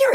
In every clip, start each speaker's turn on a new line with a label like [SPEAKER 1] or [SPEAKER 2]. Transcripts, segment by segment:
[SPEAKER 1] you're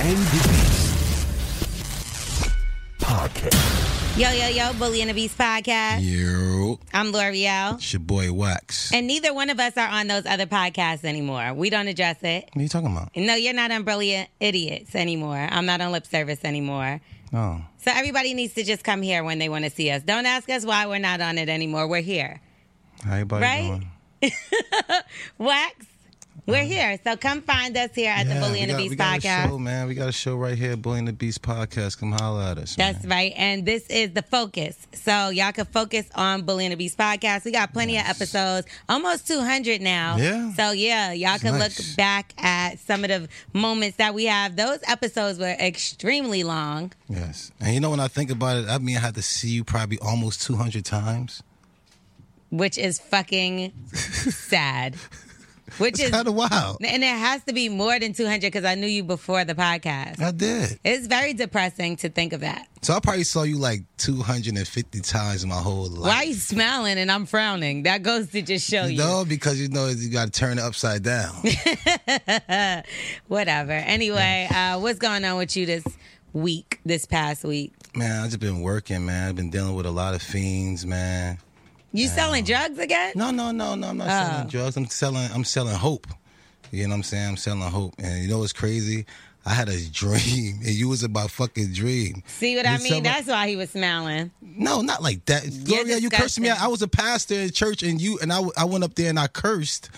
[SPEAKER 2] and the Beast podcast.
[SPEAKER 3] Yo, yo, yo, Bully and the Beast podcast.
[SPEAKER 2] You,
[SPEAKER 3] I'm L'Oreal.
[SPEAKER 2] it's your boy Wax.
[SPEAKER 3] And neither one of us are on those other podcasts anymore. We don't address it.
[SPEAKER 2] What are you talking about?
[SPEAKER 3] No, you're not on Brilliant Idiots anymore. I'm not on Lip Service anymore.
[SPEAKER 2] Oh,
[SPEAKER 3] So everybody needs to just come here when they want to see us. Don't ask us why we're not on it anymore. We're here.
[SPEAKER 2] how you
[SPEAKER 3] Right?
[SPEAKER 2] doing?
[SPEAKER 3] Wax, we're here. So come find us here at the Bully and the
[SPEAKER 2] Um, we
[SPEAKER 3] Beast
[SPEAKER 2] got
[SPEAKER 3] podcast.
[SPEAKER 2] a show, man. We got a show right here, Bully and the Beast podcast. Come holla at us.
[SPEAKER 3] That's
[SPEAKER 2] man.
[SPEAKER 3] right. And this is the focus. So y'all can focus on Bully and the Beast podcast. We got plenty of episodes, almost 200 now.
[SPEAKER 2] Yeah.
[SPEAKER 3] So yeah, y'all can
[SPEAKER 2] nice.
[SPEAKER 3] look back at some of the moments that we have. Those episodes were extremely long.
[SPEAKER 2] yes. And you know when I think about it, I mean I had to see you probably almost two hundred times.
[SPEAKER 3] Which is fucking sad. Which is,
[SPEAKER 2] Kind of wild.
[SPEAKER 3] and it has to be more than 200 because I knew you before the podcast.
[SPEAKER 2] I did.
[SPEAKER 3] It's very depressing to think of that.
[SPEAKER 2] So I probably saw you like two hundred and fifty times in my whole life.
[SPEAKER 3] Why are you smiling and I'm frowning? That goes to just show you.
[SPEAKER 2] No, because you know you got to turn it upside down.
[SPEAKER 3] Whatever. Anyway, uh, what's going on with you this week, this past week?
[SPEAKER 2] man, I just been working, man. I've been dealing with a lot of fiends, man.
[SPEAKER 3] You selling drugs again?
[SPEAKER 2] No, no, no, no. I'm not selling drugs. I'm selling. I'm selling hope. You know what I'm saying? I'm selling hope. And you know what's crazy? I had a dream, and you was in my fucking dream.
[SPEAKER 3] See what
[SPEAKER 2] You
[SPEAKER 3] I mean?
[SPEAKER 2] selling-
[SPEAKER 3] That's why he was smiling.
[SPEAKER 2] No, not like that. Gloria, you cursed me out. I was a pastor in church, and you and I, w- I went up there and I cursed,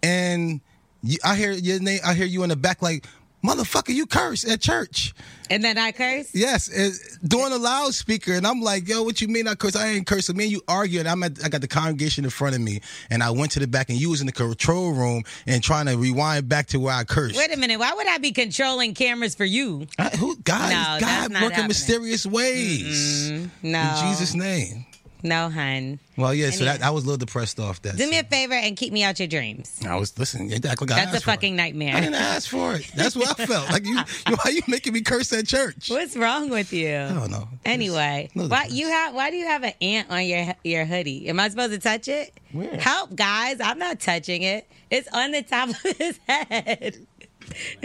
[SPEAKER 2] and you, I hear your name. I hear you in the back like. Motherfucker, you curse at church.
[SPEAKER 3] And then I cursed?
[SPEAKER 2] Yes, and doing a loudspeaker, and I'm like, "Yo, what you mean I curse? I ain't cursing." Me and you arguing. I'm at, I got the congregation in front of me, and I went to the back, and you was in the control room and trying to rewind back to where I cursed.
[SPEAKER 3] Wait a minute. Why would I be controlling cameras for you?
[SPEAKER 2] I, who God?
[SPEAKER 3] No, that's
[SPEAKER 2] is God
[SPEAKER 3] not
[SPEAKER 2] working
[SPEAKER 3] happening.
[SPEAKER 2] mysterious ways.
[SPEAKER 3] No.
[SPEAKER 2] In Jesus' name.
[SPEAKER 3] No, hun.
[SPEAKER 2] Well, yeah. So
[SPEAKER 3] Anyway.
[SPEAKER 2] that I was a little depressed off that.
[SPEAKER 3] Do me
[SPEAKER 2] so.
[SPEAKER 3] a favor and keep me out your dreams.
[SPEAKER 2] I was listening. Exactly.
[SPEAKER 3] That's a fucking
[SPEAKER 2] I didn't
[SPEAKER 3] nightmare.
[SPEAKER 2] ask for it. That's what I felt. Like you, you why you making me curse at church?
[SPEAKER 3] What's wrong with you?
[SPEAKER 2] I don't know.
[SPEAKER 3] Anyway, why
[SPEAKER 2] No difference.
[SPEAKER 3] you have? Why do you have an ant on your your hoodie? Am I supposed to touch it?
[SPEAKER 2] Where?
[SPEAKER 3] Help, guys! I'm not touching it. It's on the top of his head.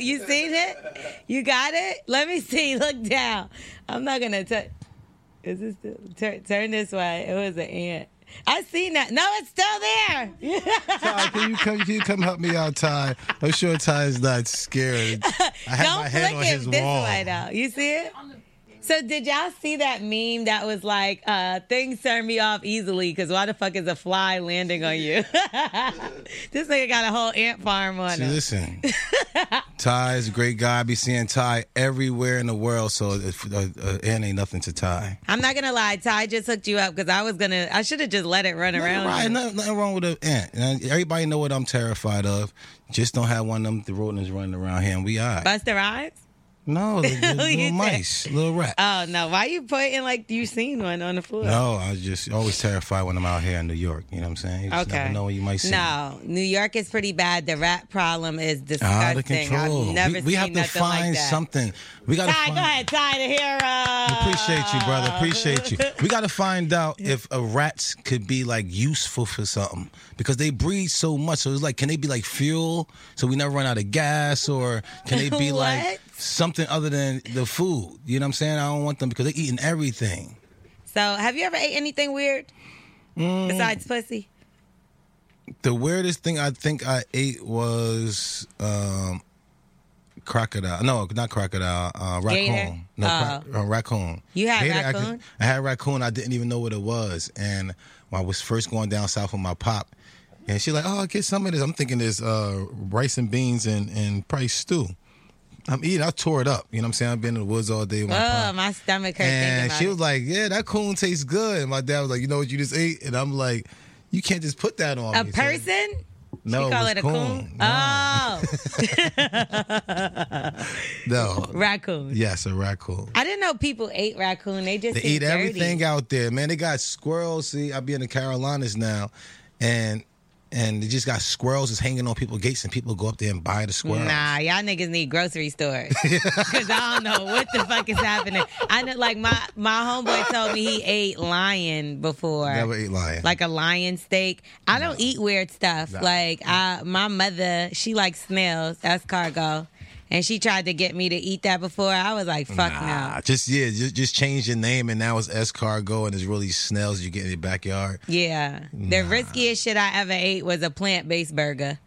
[SPEAKER 3] you seen it? You got it? Let me see. Look down. I'm not gonna touch. Is this still, turn turn this way? It was an ant. I seen that. No, it's still there.
[SPEAKER 2] Ty, can you come? Can you come help me out, Ty? I'm sure Ty is not scared. I have
[SPEAKER 3] Don't
[SPEAKER 2] my head
[SPEAKER 3] flick
[SPEAKER 2] on
[SPEAKER 3] it
[SPEAKER 2] his
[SPEAKER 3] this
[SPEAKER 2] wall.
[SPEAKER 3] way though. You see it? So did y'all see that meme that was like, uh, things turn me off easily because why the fuck is a fly landing on you? this nigga got a whole ant farm on
[SPEAKER 2] See,
[SPEAKER 3] him.
[SPEAKER 2] listen, Ty is a great guy. I be seeing Ty everywhere in the world, so if, uh, uh, and ain't nothing to Ty.
[SPEAKER 3] I'm not gonna lie, Ty just hooked you up because I was gonna I should have just let it run around.
[SPEAKER 2] Right,
[SPEAKER 3] you.
[SPEAKER 2] nothing, nothing wrong with an ant. And Everybody know what I'm terrified of. Just don't have one of them rodents running around here, and we all right.
[SPEAKER 3] Buster Rhymes?
[SPEAKER 2] No, the- the
[SPEAKER 3] Who you
[SPEAKER 2] little
[SPEAKER 3] ter-
[SPEAKER 2] mice, little rats.
[SPEAKER 3] Oh no, why you putting like you seen one on the floor?
[SPEAKER 2] no, I was just always terrified when I'm out here in New York. You know what I'm saying? You just
[SPEAKER 3] Okay.
[SPEAKER 2] never know what you might see.
[SPEAKER 3] No, New York is pretty bad. The rat problem is disgusting.
[SPEAKER 2] out of Ah, control.
[SPEAKER 3] I've never
[SPEAKER 2] we,
[SPEAKER 3] seen
[SPEAKER 2] we have to
[SPEAKER 3] nothing like
[SPEAKER 2] find
[SPEAKER 3] that.
[SPEAKER 2] something. We got to
[SPEAKER 3] Ty,
[SPEAKER 2] find.
[SPEAKER 3] go ahead, Ty the hero.
[SPEAKER 2] Appreciate you, brother. Appreciate you. We got to find out if a rats could be like useful for something because they breed so much. So it's like, can they be like fuel? So we never run out of gas, or can they be like
[SPEAKER 3] What?
[SPEAKER 2] something other than the food? You know what I'm saying? I don't want them because they're eating everything. Mm.
[SPEAKER 3] So, have you ever ate anything weird besides pussy?
[SPEAKER 2] The weirdest thing I think I ate was um, crocodile. No, not crocodile.
[SPEAKER 3] Gator?
[SPEAKER 2] Uh,
[SPEAKER 3] Oh.
[SPEAKER 2] raccoon. No, cro- uh, raccoon.
[SPEAKER 3] You had
[SPEAKER 2] Gator, I could-
[SPEAKER 3] raccoon?
[SPEAKER 2] I had raccoon. I didn't even know what it was, and when I was first going down south with my pop, and she like, "Oh, I get some of this." I'm thinking this uh, rice and beans and and probably stew. I'm eating. I tore it up. You know what I'm saying? I've been in the woods all day. With my
[SPEAKER 3] Oh,
[SPEAKER 2] pop.
[SPEAKER 3] my stomach hurt thinking
[SPEAKER 2] And
[SPEAKER 3] about
[SPEAKER 2] she
[SPEAKER 3] it.
[SPEAKER 2] was like, "Yeah, that coon tastes good." And my dad was like, "You know what you just ate?" And I'm like, "You can't just put that on
[SPEAKER 3] a
[SPEAKER 2] me." So-
[SPEAKER 3] person?
[SPEAKER 2] no,
[SPEAKER 3] you call
[SPEAKER 2] was
[SPEAKER 3] it a
[SPEAKER 2] coon.
[SPEAKER 3] coon?
[SPEAKER 2] No,
[SPEAKER 3] Oh,
[SPEAKER 2] no.
[SPEAKER 3] raccoon.
[SPEAKER 2] Yes, a raccoon.
[SPEAKER 3] Oh. I didn't know people ate raccoon. They just
[SPEAKER 2] They
[SPEAKER 3] seem
[SPEAKER 2] eat
[SPEAKER 3] dirty.
[SPEAKER 2] everything out there, man. They got squirrels. See, I be in the Carolinas now, and and they just got squirrels is hanging on people's gates, and people go up there and buy the squirrels.
[SPEAKER 3] Nah, y'all niggas need grocery stores because I don't know what the fuck is happening. I know, like my my homeboy told me he ate lion before,
[SPEAKER 2] Never eat lion.
[SPEAKER 3] like a lion steak. I don't eat weird stuff. Like I, my mother, she likes snails. That's cargo, and she tried to get me to eat that before. I was like, fuck
[SPEAKER 2] Nah,
[SPEAKER 3] no.
[SPEAKER 2] Ah, just yeah, just, just change your name, and now it's S cargo, and it's really snails you get in your backyard.
[SPEAKER 3] Yeah, the riskiest shit I ever ate was a plant based burger.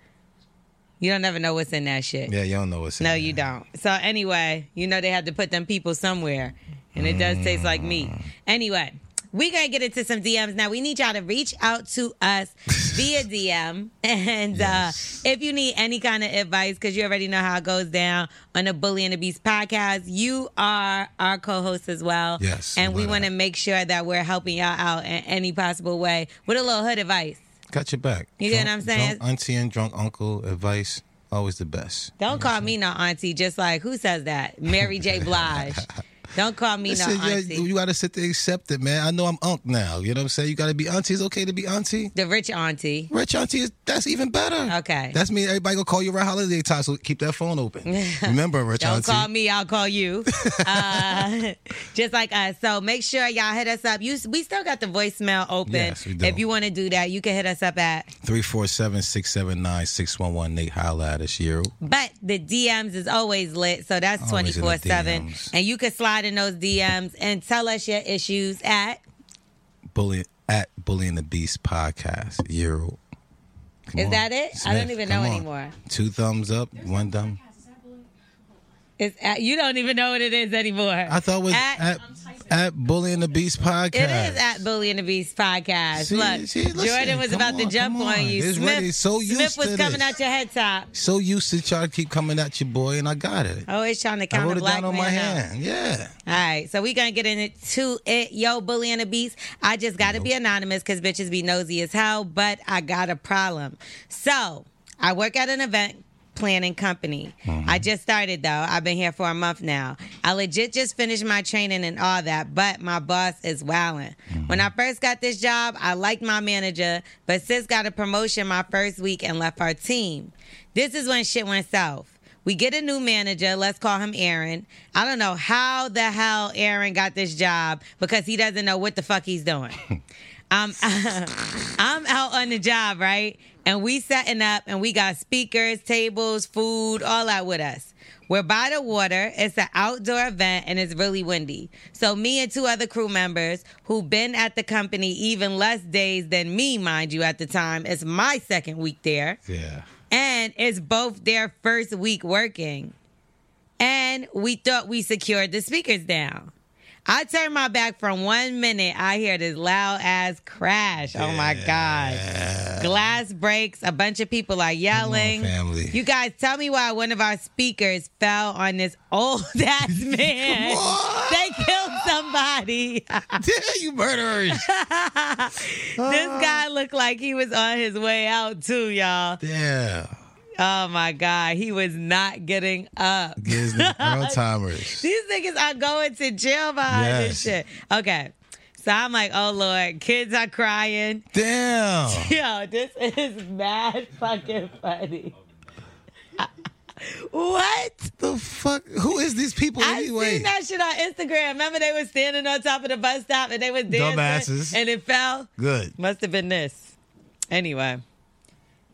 [SPEAKER 3] You don't ever know what's in that shit.
[SPEAKER 2] Yeah, y'all know what's in
[SPEAKER 3] No,
[SPEAKER 2] there.
[SPEAKER 3] you don't. So anyway, you know they had to put them people somewhere, and it does taste like meat. Anyway, we gonna get into some DMs now. We need y'all to reach out to us via DM, and uh, if you need any kind of advice, because you already know how it goes down on the Bully and the Beast podcast, you are our co-host as well.
[SPEAKER 2] Yes,
[SPEAKER 3] and we
[SPEAKER 2] right.
[SPEAKER 3] want to make sure that we're helping y'all out in any possible way with a little hood advice.
[SPEAKER 2] Got your back.
[SPEAKER 3] You get what I'm saying?
[SPEAKER 2] Drunk auntie and drunk uncle advice always the best.
[SPEAKER 3] Don't call me no auntie. Just like who says that? Mary J. Blige. Don't call me no
[SPEAKER 2] Listen, yo,
[SPEAKER 3] auntie.
[SPEAKER 2] you gotta sit there and accept it, man. I know I'm unk now. You know what I'm saying? You gotta be auntie. It's okay to be auntie.
[SPEAKER 3] The rich auntie.
[SPEAKER 2] Rich auntie is that's even better.
[SPEAKER 3] Okay.
[SPEAKER 2] That's me. Everybody gonna call you around holiday time, so keep that phone open. Remember, Rich
[SPEAKER 3] Don't
[SPEAKER 2] auntie.
[SPEAKER 3] call me, I'll call you. uh, just like us. So make sure y'all hit us up. You, we still got the voicemail open.
[SPEAKER 2] Yes, we do.
[SPEAKER 3] If you want to do that, you can hit us up at.
[SPEAKER 2] 347-679-6118. Nate holla at us, you.
[SPEAKER 3] But the DMs is always lit, so that's twenty
[SPEAKER 2] Always in the
[SPEAKER 3] four seven,
[SPEAKER 2] DMs.
[SPEAKER 3] and you can slide in those DMs and tell us your issues at.
[SPEAKER 2] Bully at Bully and the Beast podcast, you. Come
[SPEAKER 3] Is
[SPEAKER 2] on.
[SPEAKER 3] that it? I don't
[SPEAKER 2] Smith,
[SPEAKER 3] even
[SPEAKER 2] come
[SPEAKER 3] know
[SPEAKER 2] on.
[SPEAKER 3] anymore.
[SPEAKER 2] Two thumbs up, one thumb.
[SPEAKER 3] It's at, you don't even know what it is anymore.
[SPEAKER 2] I thought it was
[SPEAKER 3] At-
[SPEAKER 2] at, at, Bully and the Beast podcast.
[SPEAKER 3] It is at Bully and the Beast podcast.
[SPEAKER 2] See,
[SPEAKER 3] Look,
[SPEAKER 2] see, listen,
[SPEAKER 3] Jordan was
[SPEAKER 2] come
[SPEAKER 3] about to
[SPEAKER 2] on,
[SPEAKER 3] jump
[SPEAKER 2] come
[SPEAKER 3] on,
[SPEAKER 2] on.
[SPEAKER 3] you.
[SPEAKER 2] This
[SPEAKER 3] Smith,
[SPEAKER 2] ready- so used
[SPEAKER 3] Smith was
[SPEAKER 2] to
[SPEAKER 3] coming
[SPEAKER 2] this.
[SPEAKER 3] out your head top.
[SPEAKER 2] so used to y'all keep coming at your boy, and I got it.
[SPEAKER 3] Always trying to
[SPEAKER 2] I
[SPEAKER 3] count
[SPEAKER 2] wrote
[SPEAKER 3] a
[SPEAKER 2] it
[SPEAKER 3] black
[SPEAKER 2] down on
[SPEAKER 3] man
[SPEAKER 2] my
[SPEAKER 3] out.
[SPEAKER 2] hand. Yeah.
[SPEAKER 3] All right, so we gonna get into it, yo, bully and the beast. I just gotta be anonymous because bitches be nosy as hell, but I got a problem. So I work at an event planning company. I just started though. I've been here for a month now. I legit just finished my training and all that, but my boss is wildin'. When I first got this job, I liked my manager, but sis got a promotion my first week and left our team. This is when shit went south. We get a new manager. Let's call him Aaron. I don't know how the hell Aaron got this job because he doesn't know what the fuck he's doing. I'm, I'm out on the job, right? And we setting up and we got speakers, tables, food, all out with us. We're by the water. It's an outdoor event and it's really windy. So me and two other crew members who've been at the company even less days than me, mind you, at the time. It's my second week there
[SPEAKER 2] Yeah.
[SPEAKER 3] and it's both their first week working. And we thought we secured the speakers down. I turned my back for one minute. I hear this loud ass crash. Oh my God. Glass breaks. A bunch of people are yelling.
[SPEAKER 2] family.
[SPEAKER 3] You guys, tell me why one of our speakers fell on this old ass man. They killed somebody.
[SPEAKER 2] Oh, you murderers.
[SPEAKER 3] this guy looked like he was on his way out, too, y'all.
[SPEAKER 2] yeah.
[SPEAKER 3] Oh my God. He was not getting up.
[SPEAKER 2] Gives the girl timers.
[SPEAKER 3] These niggas are going to jail behind this shit.
[SPEAKER 2] Yes.
[SPEAKER 3] Okay. So I'm like, oh Lord, kids are crying.
[SPEAKER 2] Damn.
[SPEAKER 3] Yo, this is mad fucking funny. what?
[SPEAKER 2] The fuck? Who is these people
[SPEAKER 3] I
[SPEAKER 2] anyway?
[SPEAKER 3] seen that shit on Instagram. Remember they were standing on top of the bus stop and they was dancing
[SPEAKER 2] Dumbasses.
[SPEAKER 3] and it fell?
[SPEAKER 2] Good.
[SPEAKER 3] Must have been this. Anyway.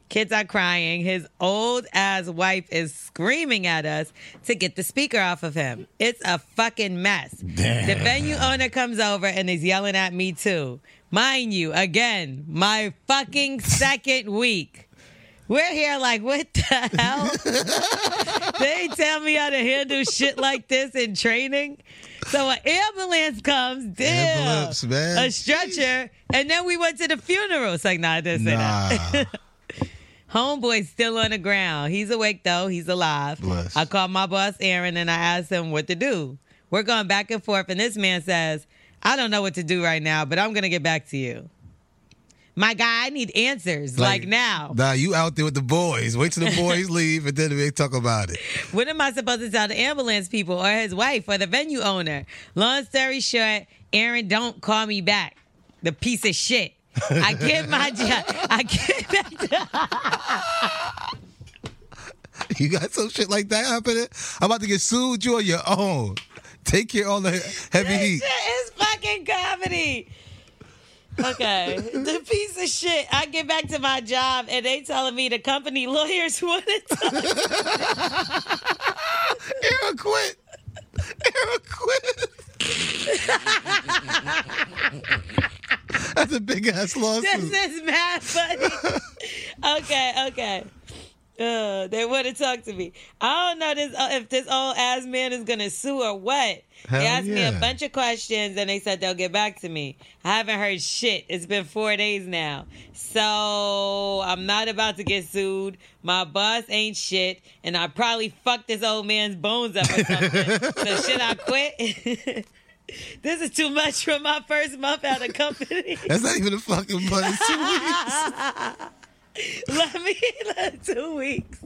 [SPEAKER 3] Kids are crying. His old ass wife is screaming at us to get the speaker off of him. It's a fucking mess. The venue owner comes over and is yelling at me too. Mind you, again, my fucking second week. We're here like, what the hell? they tell me how to handle shit like this in training. So an ambulance comes, damn,
[SPEAKER 2] Ambulance, man.
[SPEAKER 3] a stretcher, and then we went to the funeral. It's like, nah, I didn't say that.
[SPEAKER 2] Nah.
[SPEAKER 3] Homeboy's still on the ground. He's awake though. He's alive.
[SPEAKER 2] Bless.
[SPEAKER 3] I called my boss Aaron and I asked him what to do. We're going back and forth, and this man says, "I don't know what to do right now, but I'm gonna get back to you." My guy, I need answers like, now.
[SPEAKER 2] Nah, you out there with the boys. Wait till the boys leave and then they talk about it.
[SPEAKER 3] What am I supposed to tell the ambulance people or his wife or the venue owner? Long story short, Aaron, don't call me back. The piece of shit. I get my job. I get back
[SPEAKER 2] You got some shit like that happening? I'm about to get sued. You on your own. Take your all the heavy heat.
[SPEAKER 3] It's fucking comedy. Okay, the piece of shit. I get back to my job and they telling me the company lawyers wanted to.
[SPEAKER 2] Aaron quit. Aaron quit. That's a big ass
[SPEAKER 3] This
[SPEAKER 2] lawsuit.
[SPEAKER 3] is mad funny. Okay, okay. Uh, they want to talk to me. I don't know this uh, if this old ass man is gonna sue or what.
[SPEAKER 2] Hell
[SPEAKER 3] they asked me
[SPEAKER 2] yeah.
[SPEAKER 3] a bunch of questions and they said they'll get back to me. I haven't heard shit. It's been four days now, so I'm not about to get sued. My boss ain't shit, and I probably fucked this old man's bones up or something. so should I quit? this is too much for my first month out of company.
[SPEAKER 2] That's not even a fucking money.
[SPEAKER 3] let me two weeks.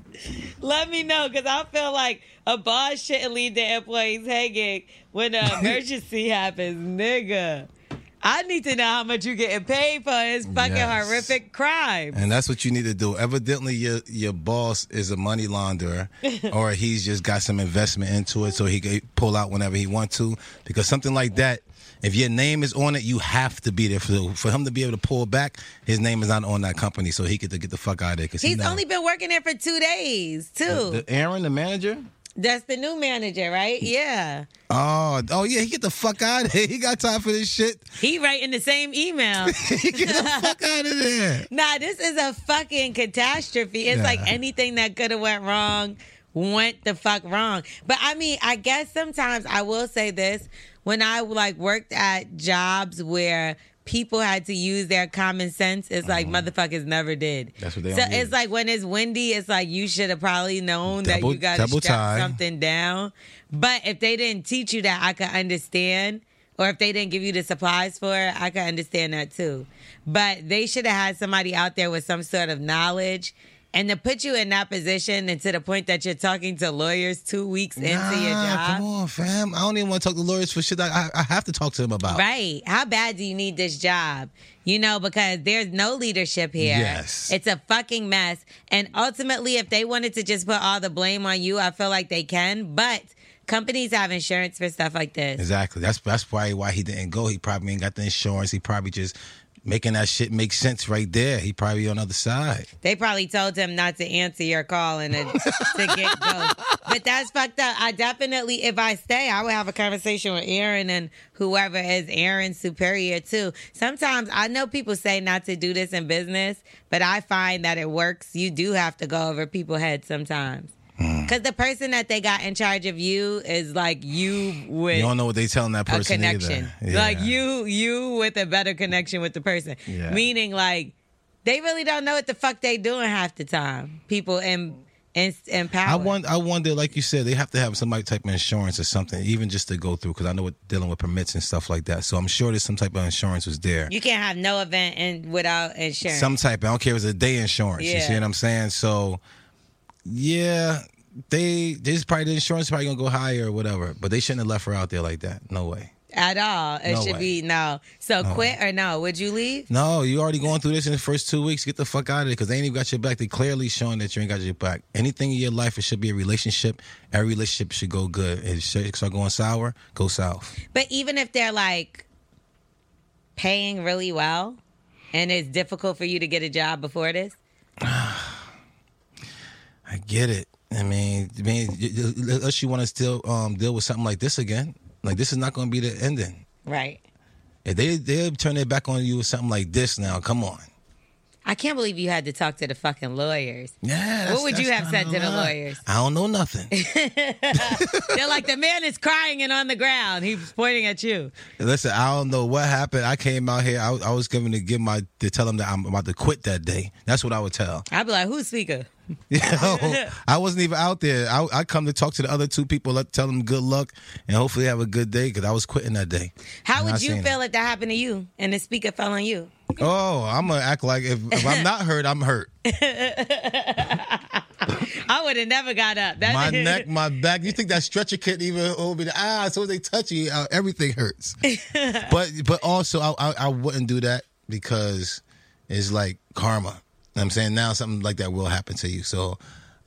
[SPEAKER 3] Let me know because I feel like a boss shouldn't leave their employees hanging when an emergency happens, nigga. I need to know how much you getting paid for his fucking
[SPEAKER 2] Yes.
[SPEAKER 3] horrific crime.
[SPEAKER 2] And that's what you need to do. Evidently, your your boss is a money launderer, or he's just got some investment into it, so he can pull out whenever he wants to. Because something like that, if your name is on it, you have to be there for for him to be able to pull back. His name is not on that company, so he could get the fuck out of there. Because
[SPEAKER 3] He's only been working there for two days, too.
[SPEAKER 2] the Aaron, the manager.
[SPEAKER 3] That's the new manager, right? Yeah.
[SPEAKER 2] Oh, oh yeah, he get the fuck out of here. He got time for this shit.
[SPEAKER 3] He writing the same email.
[SPEAKER 2] He get the fuck out of there.
[SPEAKER 3] Nah, this is a fucking catastrophe. It's
[SPEAKER 2] Yeah.
[SPEAKER 3] like anything that could have went wrong went the fuck wrong. But I mean, I guess sometimes I will say this when I like worked at jobs where people had to use their common sense, it's like motherfuckers never did.
[SPEAKER 2] Uh-huh. That's what they
[SPEAKER 3] So
[SPEAKER 2] don't
[SPEAKER 3] it's
[SPEAKER 2] use.
[SPEAKER 3] like when it's windy, it's like you should have probably known
[SPEAKER 2] Double-
[SPEAKER 3] that you got to
[SPEAKER 2] double
[SPEAKER 3] strap
[SPEAKER 2] tie.
[SPEAKER 3] something down. But if they didn't teach you that, I could understand. Or if they didn't give you the supplies for it, I could understand that too. But they should have had somebody out there with some sort of knowledge. And to put you in that position and to the point that you're talking to lawyers two weeks into your
[SPEAKER 2] Nah,
[SPEAKER 3] job.
[SPEAKER 2] Ah, come on, fam. I don't even want to talk to lawyers for shit. I, I I have to talk to him about.
[SPEAKER 3] Right. How bad do you need this job? You know, because there's no leadership here.
[SPEAKER 2] Yes.
[SPEAKER 3] It's a fucking mess. And ultimately, if they wanted to just put all the blame on you, I feel like they can. But companies have insurance for stuff like this.
[SPEAKER 2] Exactly. That's that's probably why he didn't go. He probably ain't got the insurance. He probably just making that shit make sense right there. He probably on the other side.
[SPEAKER 3] They probably told him not to answer your call and to to get go. But that's fucked up. I definitely, if I stay, I would have a conversation with Aaron and whoever is Aaron's superior too. Sometimes I know people say not to do this in business, but I find that it works. You do have to go over people's heads sometimes. Because the person that they got in charge of you is like you with
[SPEAKER 2] You don't know what they telling that
[SPEAKER 3] a
[SPEAKER 2] person
[SPEAKER 3] connection.
[SPEAKER 2] either. Yeah.
[SPEAKER 3] Like you, you with a better connection with the person.
[SPEAKER 2] Yeah.
[SPEAKER 3] Meaning, like they really don't know what the fuck they doing half the time. People in in, in power.
[SPEAKER 2] I want. I wonder, like you said, they have to have some like, type of insurance or something, even just to go through. Because I know what dealing with permits and stuff like that. So I'm sure there's some type of insurance was there.
[SPEAKER 3] you can't have no event and without insurance.
[SPEAKER 2] Some type. I don't care if it's a day insurance. You
[SPEAKER 3] Yeah.
[SPEAKER 2] see what I'm saying? So, yeah, they. This probably the insurance probably gonna go higher or whatever. But they shouldn't have left her out there like that. No way.
[SPEAKER 3] At all, it
[SPEAKER 2] No
[SPEAKER 3] should
[SPEAKER 2] way.
[SPEAKER 3] be no. So quit or no? Would you leave?
[SPEAKER 2] No, you already going through this in the first two weeks. Get the fuck out of it because they ain't even got your back. They clearly showing that you ain't got your back. Anything in your life, it should be a relationship. Every relationship should go good. If shit start going sour, go south.
[SPEAKER 3] But even if they're like paying really well, and it's difficult for you to get a job before this,
[SPEAKER 2] get it. I mean, I mean, y- y- unless you want to still um, deal with something like this again, like this is not going to be the ending.
[SPEAKER 3] Right.
[SPEAKER 2] If they they turn their back on you with something like this now, come on.
[SPEAKER 3] I can't believe you had to talk to the fucking lawyers.
[SPEAKER 2] Yeah. that's-
[SPEAKER 3] would you
[SPEAKER 2] that's
[SPEAKER 3] have
[SPEAKER 2] kinda
[SPEAKER 3] said to the
[SPEAKER 2] lot.
[SPEAKER 3] lawyers?
[SPEAKER 2] I don't know nothing.
[SPEAKER 3] They're like, the man is crying and on the ground. He's pointing at you.
[SPEAKER 2] Listen, I don't know what happened. I came out here. I, was- I was going to give my to tell them that I'm about to quit that day. That's what I would tell.
[SPEAKER 3] I'd be like, who's speaker?
[SPEAKER 2] You know, I wasn't even out there. I, I come to talk to the other two people, let tell them good luck, and hopefully have a good day because I was quitting that day.
[SPEAKER 3] How
[SPEAKER 2] And I
[SPEAKER 3] would you
[SPEAKER 2] seen
[SPEAKER 3] feel
[SPEAKER 2] it.
[SPEAKER 3] if that happened to you and the speaker fell on you?
[SPEAKER 2] Oh, I'm gonna act like if, if I'm not hurt, I'm hurt.
[SPEAKER 3] I would have never got up. That-
[SPEAKER 2] My neck, my back. You think that stretcher couldn't even hold me? Ah, as soon as they touch you, uh, everything hurts. but but also, I, I I wouldn't do that because it's like karma. You know what I'm saying now something like that will happen to you. So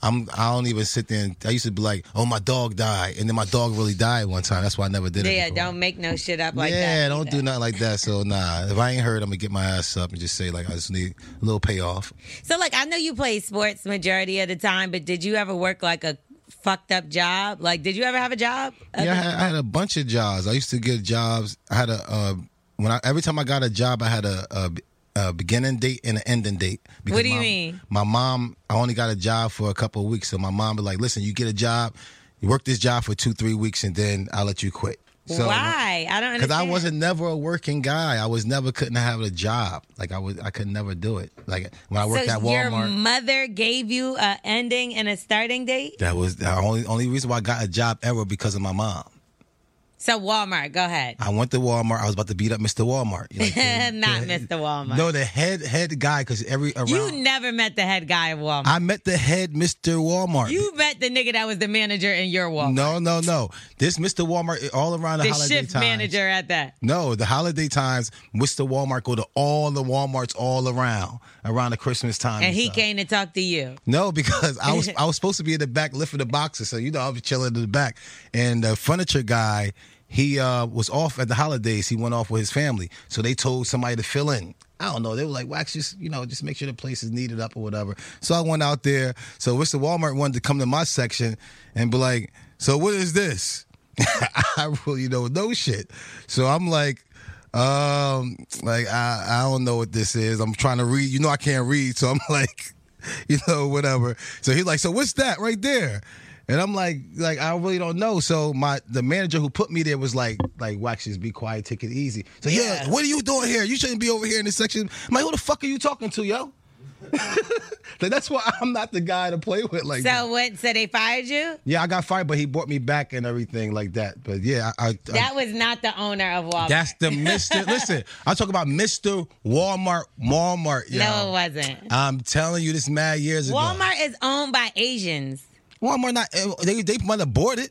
[SPEAKER 2] I'm I don't even sit there. And, I used to be like, oh, my dog died, and then my dog really died one time. That's why I never did it.
[SPEAKER 3] Yeah,
[SPEAKER 2] before.
[SPEAKER 3] don't make no shit up like that.
[SPEAKER 2] yeah, don't
[SPEAKER 3] either.
[SPEAKER 2] do nothing like that. So nah, if I ain't hurt, I'm gonna get my ass up and just say like I just need a little payoff.
[SPEAKER 3] So, like, I know you play sports majority of the time, but did you ever work like a fucked up job? Like, did you ever have a job? Uh,
[SPEAKER 2] Yeah, I had, I had a bunch of jobs. I used to get jobs. I had a uh, when I every time I got a job, I had a, a, a beginning date and an ending date. Because
[SPEAKER 3] What do you
[SPEAKER 2] my-
[SPEAKER 3] mean?
[SPEAKER 2] My mom, I only got a job for a couple of weeks, so my mom was like, "Listen, you get a job, you work this job for two, three weeks, and then I'll let you quit." So,
[SPEAKER 3] Why? I don't
[SPEAKER 2] Because
[SPEAKER 3] understand.
[SPEAKER 2] I wasn't never a working guy. I was never couldn't have a job. Like I was, I could never do it. Like when I
[SPEAKER 3] So
[SPEAKER 2] worked at
[SPEAKER 3] your
[SPEAKER 2] Walmart.
[SPEAKER 3] mother gave you a ending and a starting date.
[SPEAKER 2] that was the only only reason why I got a job ever because of my mom.
[SPEAKER 3] So Walmart, go ahead.
[SPEAKER 2] I went to Walmart. I was about to beat up Mr. Walmart. Like, the-
[SPEAKER 3] Not Mr. Walmart.
[SPEAKER 2] No, the head head guy because every around.
[SPEAKER 3] you never met the head guy of Walmart.
[SPEAKER 2] I met the head Mr. Walmart.
[SPEAKER 3] you met the nigga that was the manager in your Walmart.
[SPEAKER 2] no, no, no. This Mr. Walmart eh, all around the,
[SPEAKER 3] the
[SPEAKER 2] holiday
[SPEAKER 3] shift
[SPEAKER 2] times.
[SPEAKER 3] manager at that.
[SPEAKER 2] No, the holiday times, Mr. Walmart go to all the Walmarts all around around the Christmas time.
[SPEAKER 3] And he
[SPEAKER 2] stuff.
[SPEAKER 3] came to talk to you.
[SPEAKER 2] No, because I was I was supposed to be in the back lifting the boxes, so you know I was chilling in the back. And the furniture guy, he uh, was off at the holidays. He went off with his family, so they told somebody to fill in. I don't know. They were like, "Wax, just you know, just make sure the place is needed up or whatever." So I went out there. So Mr. Walmart wanted to come to my section and be like, "So what is this?" I really don't know shit. So I'm like, um, like I, I don't know what this is. I'm trying to read. You know I can't read, so I'm like, you know, whatever. So he's like, so what's that right there? And I'm like, like I really don't know. So my the manager who put me there was like, like Wax, just be quiet, take it easy. So yeah,
[SPEAKER 3] Yeah.
[SPEAKER 2] what are you doing here? You shouldn't be over here in this section. I'm like, who the fuck are you talking to, yo? Like, that's why I'm not the guy to play with like that.
[SPEAKER 3] So what? So they fired you?
[SPEAKER 2] Yeah, I got fired, but he brought me back and everything like that. But yeah, I, I, I
[SPEAKER 3] That was not the owner of Walmart.
[SPEAKER 2] that's the Mister. listen, I talk about Mister Walmart, Walmart. Yo.
[SPEAKER 3] no, it wasn't.
[SPEAKER 2] I'm telling you, this mad years ago.
[SPEAKER 3] Walmart is owned by Asians.
[SPEAKER 2] Walmart not eh, they they might have bought it,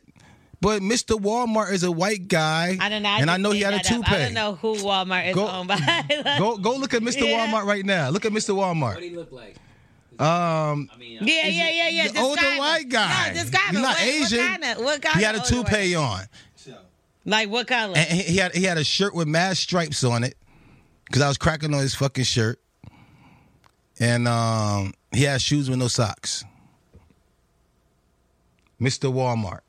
[SPEAKER 2] but Mr. Walmart is a white guy.
[SPEAKER 3] I don't know. I
[SPEAKER 2] and I
[SPEAKER 3] just
[SPEAKER 2] know he
[SPEAKER 3] made
[SPEAKER 2] had a
[SPEAKER 3] that up.
[SPEAKER 2] toupee.
[SPEAKER 3] I don't know who Walmart is
[SPEAKER 2] Go-
[SPEAKER 3] owned by.
[SPEAKER 2] Go go look at Mr.
[SPEAKER 3] Yeah.
[SPEAKER 2] Walmart right now. Look at Mr. Walmart.
[SPEAKER 4] he look like?
[SPEAKER 3] yeah, yeah, yeah, yeah.
[SPEAKER 2] The older
[SPEAKER 3] Describe him.
[SPEAKER 2] white
[SPEAKER 3] No,
[SPEAKER 2] guy.
[SPEAKER 3] describe
[SPEAKER 2] He's
[SPEAKER 3] him.
[SPEAKER 2] not
[SPEAKER 3] what,
[SPEAKER 2] Asian.
[SPEAKER 3] What kind of? What kind
[SPEAKER 2] He had a
[SPEAKER 3] of older white-
[SPEAKER 2] toupee on,
[SPEAKER 3] Like what color?
[SPEAKER 2] and he he had he had a shirt with mad stripes on it, because I was cracking on his fucking shirt, and um, he had shoes with no socks. Mr. Walmart.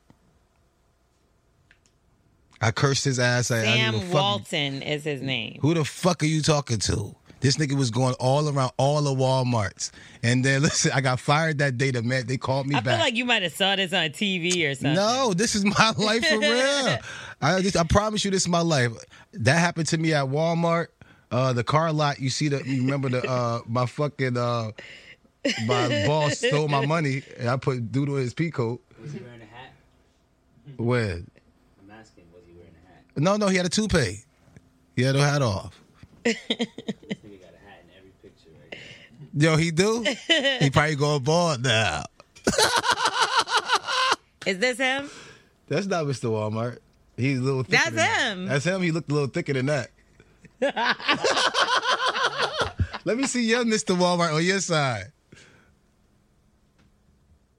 [SPEAKER 2] I cursed his ass. I, I didn't
[SPEAKER 3] Sam
[SPEAKER 2] give a fuck.
[SPEAKER 3] Walton is his name.
[SPEAKER 2] Who the fuck are you talking to? This nigga was going all around all the Walmarts. And then listen, I got fired that day. The man they called me
[SPEAKER 3] I
[SPEAKER 2] back.
[SPEAKER 3] feel like you might have saw this on TV or something.
[SPEAKER 2] no, this is my life for real. I just, I promise you, this is my life. That happened to me at Walmart, uh, the car lot. You see the, you remember the, uh, my fucking, uh, my boss stole my money, and I put due to his pea coat.
[SPEAKER 4] Was he wearing a hat?
[SPEAKER 2] When?
[SPEAKER 4] I'm asking, was he wearing a hat?
[SPEAKER 2] No, no, he had a toupee. He had a hat off.
[SPEAKER 4] This nigga got a hat in every picture right now.
[SPEAKER 2] Yo, he do. he probably going bald now.
[SPEAKER 3] Is this him?
[SPEAKER 2] That's not Mr. Walmart. He's a little thicker.
[SPEAKER 3] That's
[SPEAKER 2] than that.
[SPEAKER 3] him.
[SPEAKER 2] That's him. He looked a little thicker than that. Let me see your Mr. Walmart on your side.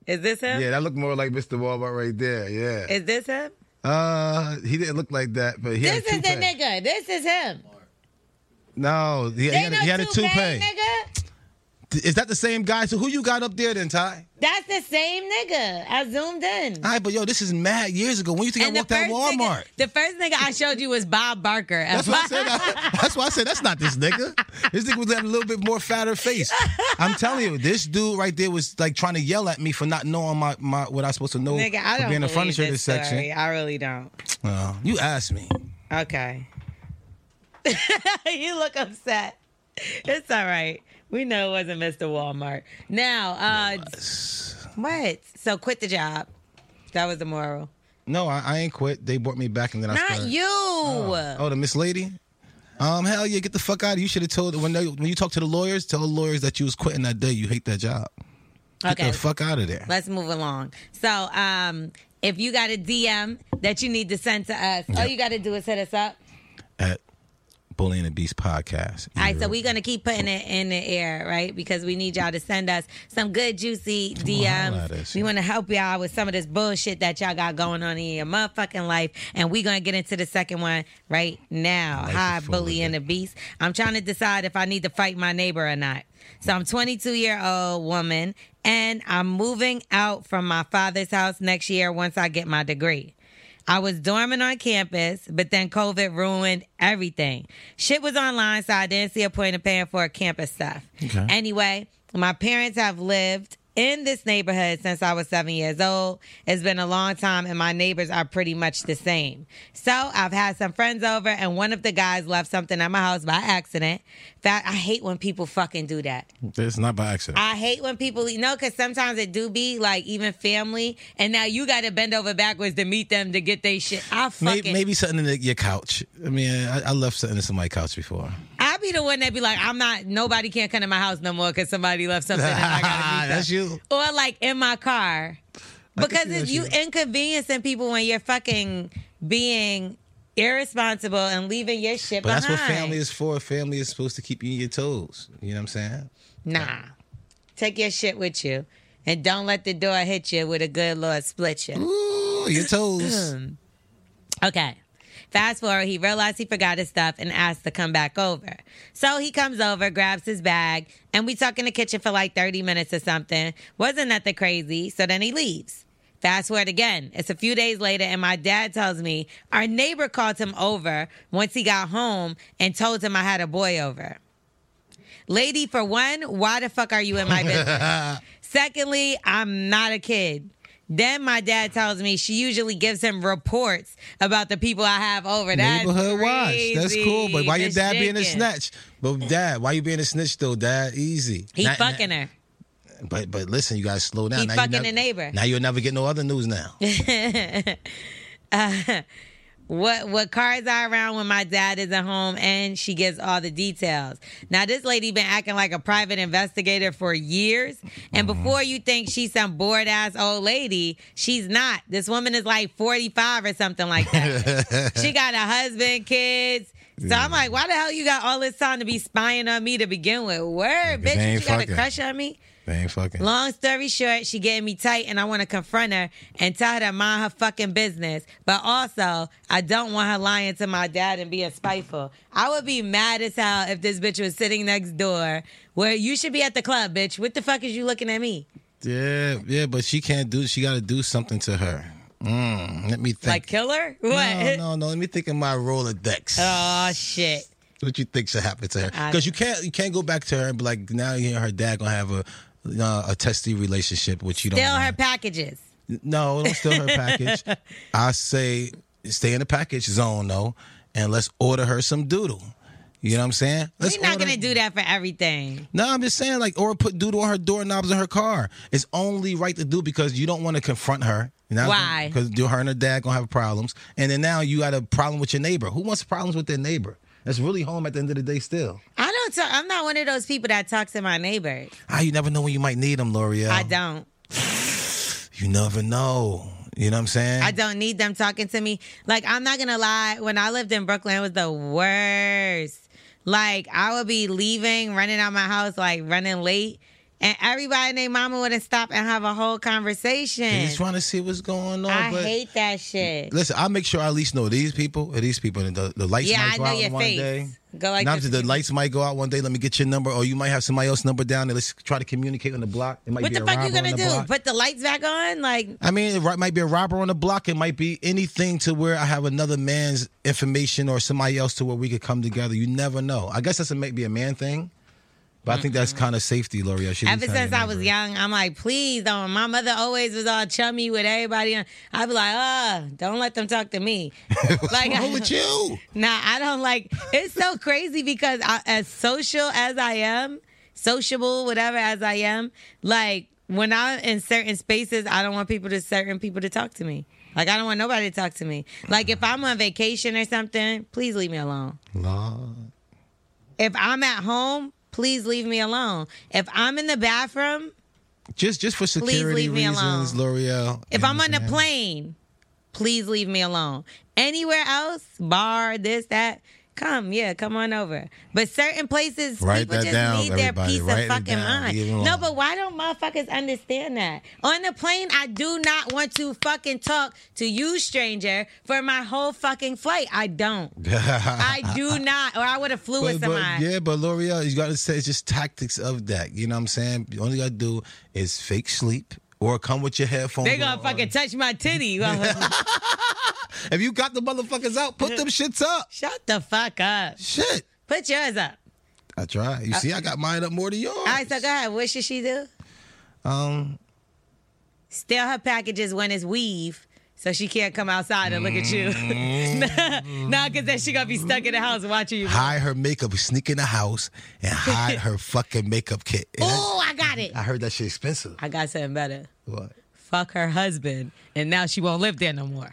[SPEAKER 3] Is this him?
[SPEAKER 2] Yeah, that looked more like Mr. Walmart right there. Yeah.
[SPEAKER 3] Is this him?
[SPEAKER 2] Uh, he didn't look like that, but he
[SPEAKER 3] This is
[SPEAKER 2] had a
[SPEAKER 3] the
[SPEAKER 2] toupee.
[SPEAKER 3] nigga. This is him.
[SPEAKER 2] No, he, he
[SPEAKER 3] They
[SPEAKER 2] had, a-
[SPEAKER 3] know
[SPEAKER 2] he had a toupee.
[SPEAKER 3] nigga.
[SPEAKER 2] Th- Is that the same guy? So who you got up there then, Ty?
[SPEAKER 3] That's the same nigga. I zoomed in.
[SPEAKER 2] All right, but yo, this is mad years ago. When you think I walked out Walmart?
[SPEAKER 3] nigga, the first nigga I showed you was Bob Barker.
[SPEAKER 2] That's why I said. that's why I said that's not this nigga. This nigga was had a little bit more fatter face. I'm telling you, this dude right there was like trying to yell at me for not knowing my, my what I supposed to know
[SPEAKER 3] nigga, I
[SPEAKER 2] for
[SPEAKER 3] don't
[SPEAKER 2] being a
[SPEAKER 3] believe
[SPEAKER 2] furniture
[SPEAKER 3] this story.
[SPEAKER 2] section.
[SPEAKER 3] I really don't.
[SPEAKER 2] Uh, you asked me.
[SPEAKER 3] Okay. you look upset. It's all right. We know it wasn't Mr. Walmart. Now, uh what? So quit the job. That was the moral.
[SPEAKER 2] No, I, I ain't quit. They brought me back and then I
[SPEAKER 3] Not
[SPEAKER 2] started.
[SPEAKER 3] you.
[SPEAKER 2] Oh, the Miss Lady. Um, hell yeah, get the fuck out! of You should have told when they, when you talk to the lawyers, tell the lawyers that you was quitting that day. You hate that job. Get
[SPEAKER 3] okay.
[SPEAKER 2] the fuck out of there.
[SPEAKER 3] Let's move along. So, um, if you got a DM that you need to send to us, all you got to do is hit us up.
[SPEAKER 2] At Bully and the Beast podcast.
[SPEAKER 3] All right, so we're gonna keep putting it in the air, right? Because we need y'all to send us some good juicy
[SPEAKER 2] holla at
[SPEAKER 3] DMs.
[SPEAKER 2] us.
[SPEAKER 3] We want to help y'all with some of this bullshit that y'all got going on in your motherfucking life, and we're gonna get into the second one right now.
[SPEAKER 2] Life
[SPEAKER 3] Hi,
[SPEAKER 2] is full of
[SPEAKER 3] bully
[SPEAKER 2] it.
[SPEAKER 3] and the beast. I'm trying to decide if I need to fight my neighbor or not. So I'm 22 year old woman, and I'm moving out from my father's house next year once I get my degree. I was dormant on campus, but then COVID ruined everything. Shit was online, so I didn't see a point of paying for campus stuff. Anyway, my parents have lived in this neighborhood since I was seven years old. It's been a long time, and my neighbors are pretty much the same. So I've had some friends over, and one of the guys left something at my house by accident. Fact, I hate when people fucking do that.
[SPEAKER 2] It's not by accident.
[SPEAKER 3] I hate when people, you know, because sometimes it do be like even family, and now you got to bend over backwards to meet them to get they shit. I fucking,
[SPEAKER 2] Maybe, maybe something in the, your couch. I mean, I, I left something in somebody's couch before.
[SPEAKER 3] I be the one that be like, I'm not, nobody can't come to my house no more because somebody left something. And I gotta meet them.
[SPEAKER 2] That's you.
[SPEAKER 3] Or like in my car, because
[SPEAKER 2] see
[SPEAKER 3] it's
[SPEAKER 2] that
[SPEAKER 3] you
[SPEAKER 2] shit.
[SPEAKER 3] inconveniencing people when you're fucking being irresponsible and leaving your shit
[SPEAKER 2] But
[SPEAKER 3] behind.
[SPEAKER 2] that's what family is for. Family is supposed to keep you in your toes. You know what I'm saying?
[SPEAKER 3] Nah, take your shit with you, and don't let the door hit you with a good lord split you.
[SPEAKER 2] Ooh, your toes.
[SPEAKER 3] Okay. Fast forward, he realized he forgot his stuff and asked to come back over. So he comes over, grabs his bag, and we talk in the kitchen for like 30 minutes or something. Wasn't nothing crazy. So then he leaves. Fast forward again. It's a few days later, and my dad tells me our neighbor called him over once he got home and told him I had a boy over. Lady, for one, why the fuck are you in my business? Secondly, I'm not a kid. Then my dad tells me she usually gives him reports about the people I have over. That's
[SPEAKER 2] Neighborhood watch.
[SPEAKER 3] crazy.
[SPEAKER 2] That's cool. But why your
[SPEAKER 3] This
[SPEAKER 2] dad being a
[SPEAKER 3] chicken.
[SPEAKER 2] snitch? But dad, why you being a snitch though, dad? Easy.
[SPEAKER 3] He
[SPEAKER 2] Not-
[SPEAKER 3] fucking her.
[SPEAKER 2] But but listen, you gotta slow down.
[SPEAKER 3] He
[SPEAKER 2] now you
[SPEAKER 3] fucking
[SPEAKER 2] never-
[SPEAKER 3] the neighbor.
[SPEAKER 2] Now you'll never get no other news now.
[SPEAKER 3] what what cars are around when my dad isn't home and she gives all the details now this lady been acting like a private investigator for years and
[SPEAKER 2] Mm-hmm.
[SPEAKER 3] before you think she's some bored ass old lady she's not this woman is like 45 or something like that she got a husband kids so I'm like, why the hell you got all this time to be spying on me to begin with? Word,
[SPEAKER 2] They
[SPEAKER 3] bitch,
[SPEAKER 2] ain't
[SPEAKER 3] you got a
[SPEAKER 2] fucking.
[SPEAKER 3] crush on me?
[SPEAKER 2] They ain't fucking.
[SPEAKER 3] Long story short, she getting me tight, and I want to confront her and tell her to mind her fucking business. But also, I don't want her lying to my dad and being spiteful. I would be mad as hell if this bitch was sitting next door where you should be at the club, bitch. What the fuck is you looking at me?
[SPEAKER 2] Yeah, yeah, but she can't do she gotta do something to her. Mm, let me think.
[SPEAKER 3] Like kill her? What?
[SPEAKER 2] no, no, no. Let me think in my Rolodex.
[SPEAKER 3] Oh shit.
[SPEAKER 2] what you think should happen to her
[SPEAKER 3] I-
[SPEAKER 2] because you can't you can't go back to her and be like now you know, her dad gonna have a uh, a testy relationship which you don't
[SPEAKER 3] Steal her
[SPEAKER 2] want.
[SPEAKER 3] packages.
[SPEAKER 2] no don't steal her package I say stay in the package zone though and let's order her some doodle you know what I'm saying let's
[SPEAKER 3] We're not
[SPEAKER 2] order-
[SPEAKER 3] gonna do that for everything.
[SPEAKER 2] no, I'm just saying, like, or put doodle on her doorknobs in her car. It's only right to do because you don't want to confront her. You know?
[SPEAKER 3] Why?
[SPEAKER 2] Because her and her dad gonna have problems, and then now you got a problem with your neighbor. Who wants problems with their neighbor? That's really home at the end of the day. Still,
[SPEAKER 3] I don't talk. I'm not one of those people that talks to my neighbors.
[SPEAKER 2] ah, you never know when you might need them, L'Oreal.
[SPEAKER 3] I don't.
[SPEAKER 2] You never know. You know what I'm saying?
[SPEAKER 3] I don't need them talking to me. Like, I'm not gonna lie, when I lived in Brooklyn, it was the worst. Like, I would be leaving, running out my house, like running late, And everybody and their mama wouldn't stop and have a whole conversation.
[SPEAKER 2] He's trying to see what's going on.
[SPEAKER 3] I
[SPEAKER 2] but
[SPEAKER 3] hate that shit.
[SPEAKER 2] Listen, I make sure I at least know these people or these people. And the, the lights
[SPEAKER 3] Yeah,
[SPEAKER 2] might
[SPEAKER 3] I
[SPEAKER 2] go
[SPEAKER 3] know
[SPEAKER 2] out
[SPEAKER 3] your
[SPEAKER 2] one
[SPEAKER 3] face.
[SPEAKER 2] day.
[SPEAKER 3] Go like
[SPEAKER 2] Now,
[SPEAKER 3] this.
[SPEAKER 2] the lights might go out one day. Let me get your number, or you might have somebody else's number down. And let's try to communicate on the block. It might
[SPEAKER 3] What
[SPEAKER 2] be
[SPEAKER 3] the
[SPEAKER 2] a
[SPEAKER 3] fuck
[SPEAKER 2] robber
[SPEAKER 3] you gonna
[SPEAKER 2] on
[SPEAKER 3] do?
[SPEAKER 2] the block.
[SPEAKER 3] Put the lights back on? Like
[SPEAKER 2] I mean, it ri- might be a robber on the block. It might be anything to where I have another man's information or somebody else to where we could come together. You never know. I guess that's a, maybe a man thing, but I think that's kind of safety, L'Oreal. She
[SPEAKER 3] ever
[SPEAKER 2] just had
[SPEAKER 3] since
[SPEAKER 2] your
[SPEAKER 3] I was
[SPEAKER 2] number.
[SPEAKER 3] young, I'm like, please don't. My mother always was all chummy with everybody. I'd be like, oh, don't let them talk to me. like,
[SPEAKER 2] What's wrong with you?
[SPEAKER 3] Nah, I don't like. It's so crazy because I, as social as I am, sociable, whatever as I am, like when I'm in certain spaces, I don't want people to certain people to talk to me. Like I don't want nobody to talk to me. Like if I'm on vacation or something, please leave me alone.
[SPEAKER 2] Lord.
[SPEAKER 3] If I'm at home, please leave me alone. If I'm in the bathroom,
[SPEAKER 2] Just just for security
[SPEAKER 3] leave me
[SPEAKER 2] reasons, L'Oreal.
[SPEAKER 3] if I'm on the
[SPEAKER 2] Amazon.
[SPEAKER 3] plane, please leave me alone. Anywhere else, bar, this, that, come, yeah, come on over. But certain places,
[SPEAKER 2] Write
[SPEAKER 3] people
[SPEAKER 2] that
[SPEAKER 3] just
[SPEAKER 2] down,
[SPEAKER 3] need their
[SPEAKER 2] everybody.
[SPEAKER 3] peace
[SPEAKER 2] Write
[SPEAKER 3] of
[SPEAKER 2] it
[SPEAKER 3] fucking
[SPEAKER 2] down. Leave
[SPEAKER 3] mind.
[SPEAKER 2] it alone.
[SPEAKER 3] No, but why don't motherfuckers understand that? On the plane, I do not want to fucking talk to you, stranger, for my whole fucking flight. I don't. I do not, or I would have flew with
[SPEAKER 2] But, but,
[SPEAKER 3] somebody.
[SPEAKER 2] yeah, but L'Oreal, you gotta say it's just tactics of that. You know what I'm saying? All you gotta do is fake sleep or come with your headphones.
[SPEAKER 3] They gonna
[SPEAKER 2] on.
[SPEAKER 3] fucking touch my titty.
[SPEAKER 2] If you got the motherfuckers out, put them shits up.
[SPEAKER 3] Shut the fuck up.
[SPEAKER 2] Shit.
[SPEAKER 3] Put yours up.
[SPEAKER 2] I try. You see, I got mine up more than yours.
[SPEAKER 3] Uh, All right, so go ahead. What should she do?
[SPEAKER 2] um,
[SPEAKER 3] Steal her packages when it's weave, so she can't come outside and look at you.
[SPEAKER 2] Mm-hmm.
[SPEAKER 3] nah, because then she gonna be stuck in the house watching you.
[SPEAKER 2] hide her makeup, sneak in the house, and hide her fucking makeup kit. And that-
[SPEAKER 3] Oh, I got it.
[SPEAKER 2] I heard that shit expensive.
[SPEAKER 3] I got something better.
[SPEAKER 2] What?
[SPEAKER 3] Fuck her husband, and now she won't live there no more.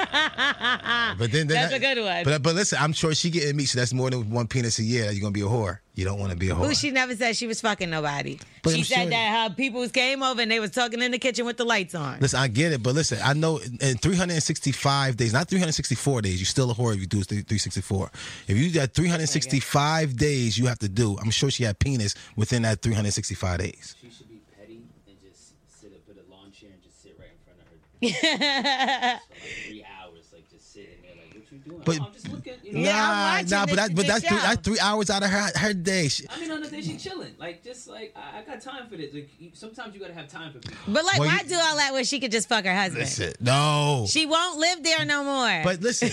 [SPEAKER 2] But then, then
[SPEAKER 3] That's a good one.
[SPEAKER 2] But but listen, I'm sure she getting me, so that's more than one penis a year. You're gonna be a whore. You don't want to be a whore.
[SPEAKER 3] Ooh, she never said she was fucking nobody.
[SPEAKER 2] But
[SPEAKER 3] she
[SPEAKER 2] I'm
[SPEAKER 3] said
[SPEAKER 2] sure-
[SPEAKER 3] that her people came over and they was talking in the kitchen with the lights on.
[SPEAKER 2] Listen, I get it, but listen, I know in in 365 days, not 364 days, you're still a whore if you do 364. If you got 365 days, you have to do. I'm sure she had penis within that 365 days.
[SPEAKER 4] She should be petty and just sit up at a lawn chair and just sit right in front of her for like three hours, like just sitting there, like what you doing?
[SPEAKER 2] But-
[SPEAKER 4] "Oh, I'm just looking. You know?
[SPEAKER 3] Yeah, I'm
[SPEAKER 2] nah,
[SPEAKER 3] watching
[SPEAKER 2] nah,
[SPEAKER 3] this-
[SPEAKER 2] but that, but
[SPEAKER 3] this
[SPEAKER 2] that's three,
[SPEAKER 3] show.
[SPEAKER 2] that's three hours out of her her day. She-
[SPEAKER 4] I mean, on the day she chilling, like just like I, I got time for this. Like you, sometimes you gotta have time for people.
[SPEAKER 3] But like,
[SPEAKER 2] Well,
[SPEAKER 3] why
[SPEAKER 2] you-
[SPEAKER 3] do all that when she could just fuck her husband?
[SPEAKER 2] Listen, no.
[SPEAKER 3] She won't live there no more.
[SPEAKER 2] But listen,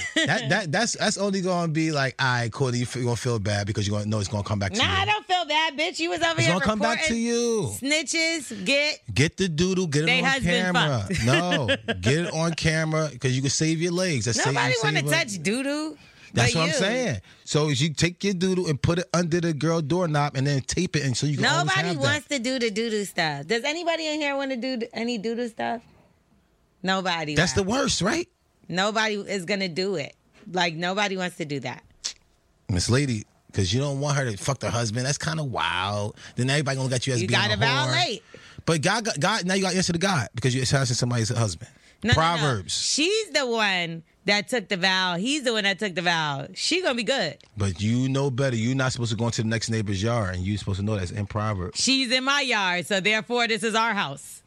[SPEAKER 2] that that that's that's only gonna be like, all right, cool. Then you feel- you're gonna feel bad because you're gonna know it's gonna come back to
[SPEAKER 3] nah,
[SPEAKER 2] you.
[SPEAKER 3] I don't feel bad, bitch. You was over
[SPEAKER 2] it's
[SPEAKER 3] here
[SPEAKER 2] gonna come back to
[SPEAKER 3] reporting.
[SPEAKER 2] you.
[SPEAKER 3] Snitches get
[SPEAKER 2] Get the doodle, get it
[SPEAKER 3] They
[SPEAKER 2] on
[SPEAKER 3] husband
[SPEAKER 2] camera.
[SPEAKER 3] fucked.
[SPEAKER 2] No, get it on camera because you can save your legs. That's
[SPEAKER 3] Nobody
[SPEAKER 2] want to
[SPEAKER 3] touch doo doo.
[SPEAKER 2] That's what I'm saying. So you take your doodle and put it under the girl doorknob and then tape it, and so you can always
[SPEAKER 3] Nobody
[SPEAKER 2] have that.
[SPEAKER 3] wants to do the doo doo stuff. Does anybody in here want to do th- any doo doo stuff? Nobody.
[SPEAKER 2] That's the
[SPEAKER 3] wow.
[SPEAKER 2] worst, right?
[SPEAKER 3] Nobody is gonna do it. Like nobody wants to do that.
[SPEAKER 2] Miss Lady, because you don't want her to fuck the husband. That's kind of wild. Then everybody gonna get you as
[SPEAKER 3] You
[SPEAKER 2] being
[SPEAKER 3] gotta
[SPEAKER 2] a whore.
[SPEAKER 3] violate.
[SPEAKER 2] But God, God, God, now you got to answer to God because you're assassinating somebody's husband.
[SPEAKER 3] No, no, no.
[SPEAKER 2] Proverbs,
[SPEAKER 3] She's the one that took the vow. He's the one that took the vow. She gonna be good.
[SPEAKER 2] but you know better. You're not supposed to go into the next neighbor's yard, and you're supposed to know that's in Proverbs.
[SPEAKER 3] She's in my yard, so therefore this is our house.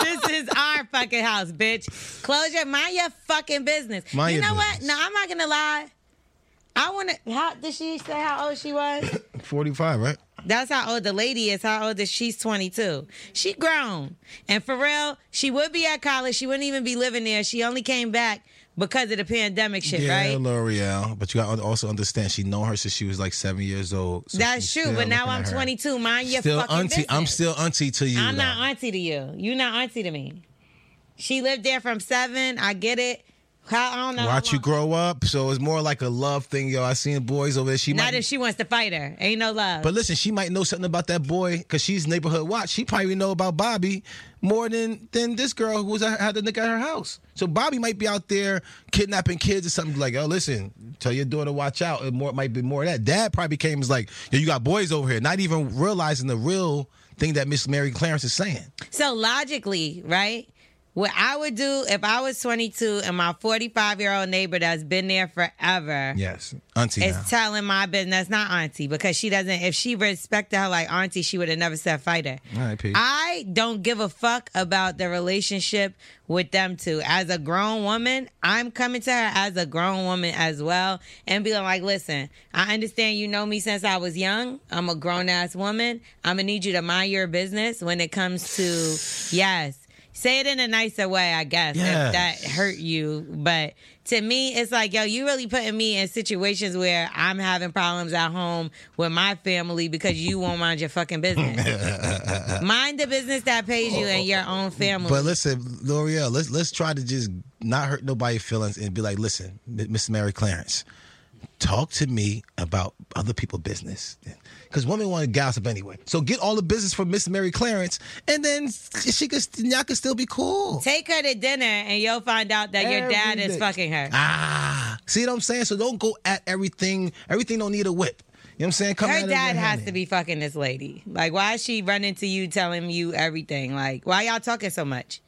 [SPEAKER 3] this is our fucking house, bitch. Close your mind your fucking business.
[SPEAKER 2] Mind
[SPEAKER 3] you
[SPEAKER 2] your
[SPEAKER 3] know what?
[SPEAKER 2] business.
[SPEAKER 3] No, I'm not gonna lie. I wanna how did she say how old she was?
[SPEAKER 2] Forty-five, right?
[SPEAKER 3] That's how old the lady is. How old is she's 22. She grown. And for real, she would be at college. She wouldn't even be living there. She only came back because of the pandemic shit,
[SPEAKER 2] yeah,
[SPEAKER 3] right?
[SPEAKER 2] L'Oreal. But you got to also understand she known her since she was like seven years old. so
[SPEAKER 3] That's
[SPEAKER 2] she's
[SPEAKER 3] true.
[SPEAKER 2] still
[SPEAKER 3] But now
[SPEAKER 2] looking
[SPEAKER 3] I'm
[SPEAKER 2] at her.
[SPEAKER 3] 22. Mind your
[SPEAKER 2] Still
[SPEAKER 3] fucking
[SPEAKER 2] auntie.
[SPEAKER 3] business.
[SPEAKER 2] I'm still auntie to you.
[SPEAKER 3] I'm not
[SPEAKER 2] though.
[SPEAKER 3] auntie to you. You not auntie to me. She lived there from seven. I get it. How I don't know. how
[SPEAKER 2] Watch you
[SPEAKER 3] long.
[SPEAKER 2] grow up. So it's more like a love thing, yo. I seen boys over there. She
[SPEAKER 3] Not
[SPEAKER 2] might.
[SPEAKER 3] if she wants to fight her. Ain't no love.
[SPEAKER 2] but listen, she might know something about that boy because she's neighborhood watch. She probably know about Bobby more than than this girl who was at, had the nigga at her house. So Bobby might be out there kidnapping kids or something like, oh, listen, tell your daughter watch out. It more it might be more of that. Dad probably came and was like, yo, you got boys over here, not even realizing the real thing that Miss Mary Clarence is saying.
[SPEAKER 3] so logically, right? What I would do if I was 22 and my 45 year old neighbor that's been there forever
[SPEAKER 2] Yes, auntie.
[SPEAKER 3] is
[SPEAKER 2] now.
[SPEAKER 3] telling my business, not auntie, because she doesn't, if she respected her like auntie, she would have never said fighter.
[SPEAKER 2] All right, P.
[SPEAKER 3] I don't give a fuck about the relationship with them two. As a grown woman, I'm coming to her as a grown woman as well and being like, listen, I understand you know me since I was young. I'm a grown ass woman. I'm going to need you to mind your business when it comes to, yes. Say it in a nicer way, I guess, if
[SPEAKER 2] Yes.
[SPEAKER 3] that hurt you. But to me, it's like, yo, you really putting me in situations where I'm having problems at home with my family because you won't mind your fucking business. Mind the business that pays you and your own family.
[SPEAKER 2] But listen, L'Oreal, let's let's try to just not hurt nobody's feelings and be like, listen, M- Miss Mary Clarence, talk to me about other people's business. Because women want to gossip anyway. So get all the business from Miss Mary Clarence, and then she could y'all could still be cool.
[SPEAKER 3] Take her to dinner and you'll find out that your dad is
[SPEAKER 2] Everything.
[SPEAKER 3] fucking her.
[SPEAKER 2] Ah. See what I'm saying? So don't go at everything. Everything don't need a whip. You know what I'm saying? Come at
[SPEAKER 3] Her
[SPEAKER 2] it
[SPEAKER 3] dad has
[SPEAKER 2] red-handed.
[SPEAKER 3] to be fucking this lady. Like, why is she running to you telling you everything? Like, why y'all talking so much?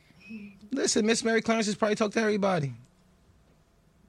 [SPEAKER 2] Listen, Miss Mary Clarence has probably talked to everybody.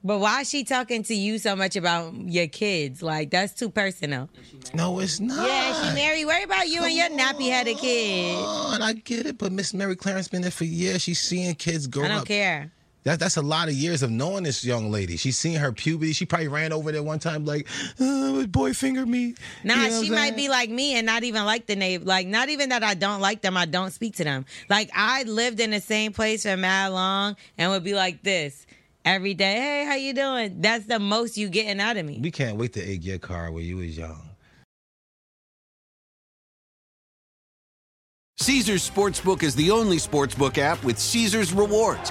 [SPEAKER 3] But why is she talking to you so much about your kids? Like, that's too personal.
[SPEAKER 2] No, it's not.
[SPEAKER 3] Yeah, she married. Worry about you and your nappy headed kid.
[SPEAKER 2] on, I get it, but Miss Mary Clarence been there for years. She's seeing kids grow
[SPEAKER 3] I don't
[SPEAKER 2] up.
[SPEAKER 3] care.
[SPEAKER 2] That, that's a lot of years of knowing this young lady. She's seen her puberty. She probably ran over there one time like, oh, boy, finger me.
[SPEAKER 3] Nah,
[SPEAKER 2] You know what
[SPEAKER 3] she
[SPEAKER 2] I'm
[SPEAKER 3] might
[SPEAKER 2] saying?
[SPEAKER 3] be like me and not even like the neighbor. Like, not even that I don't like them, I don't speak to them. Like, I lived in the same place for mad long and would be like this every day. Hey, how you doing? That's the most you getting out of me.
[SPEAKER 2] We can't wait to egg your car when you was young.
[SPEAKER 5] Caesars Sportsbook is the only sportsbook app with Caesars rewards.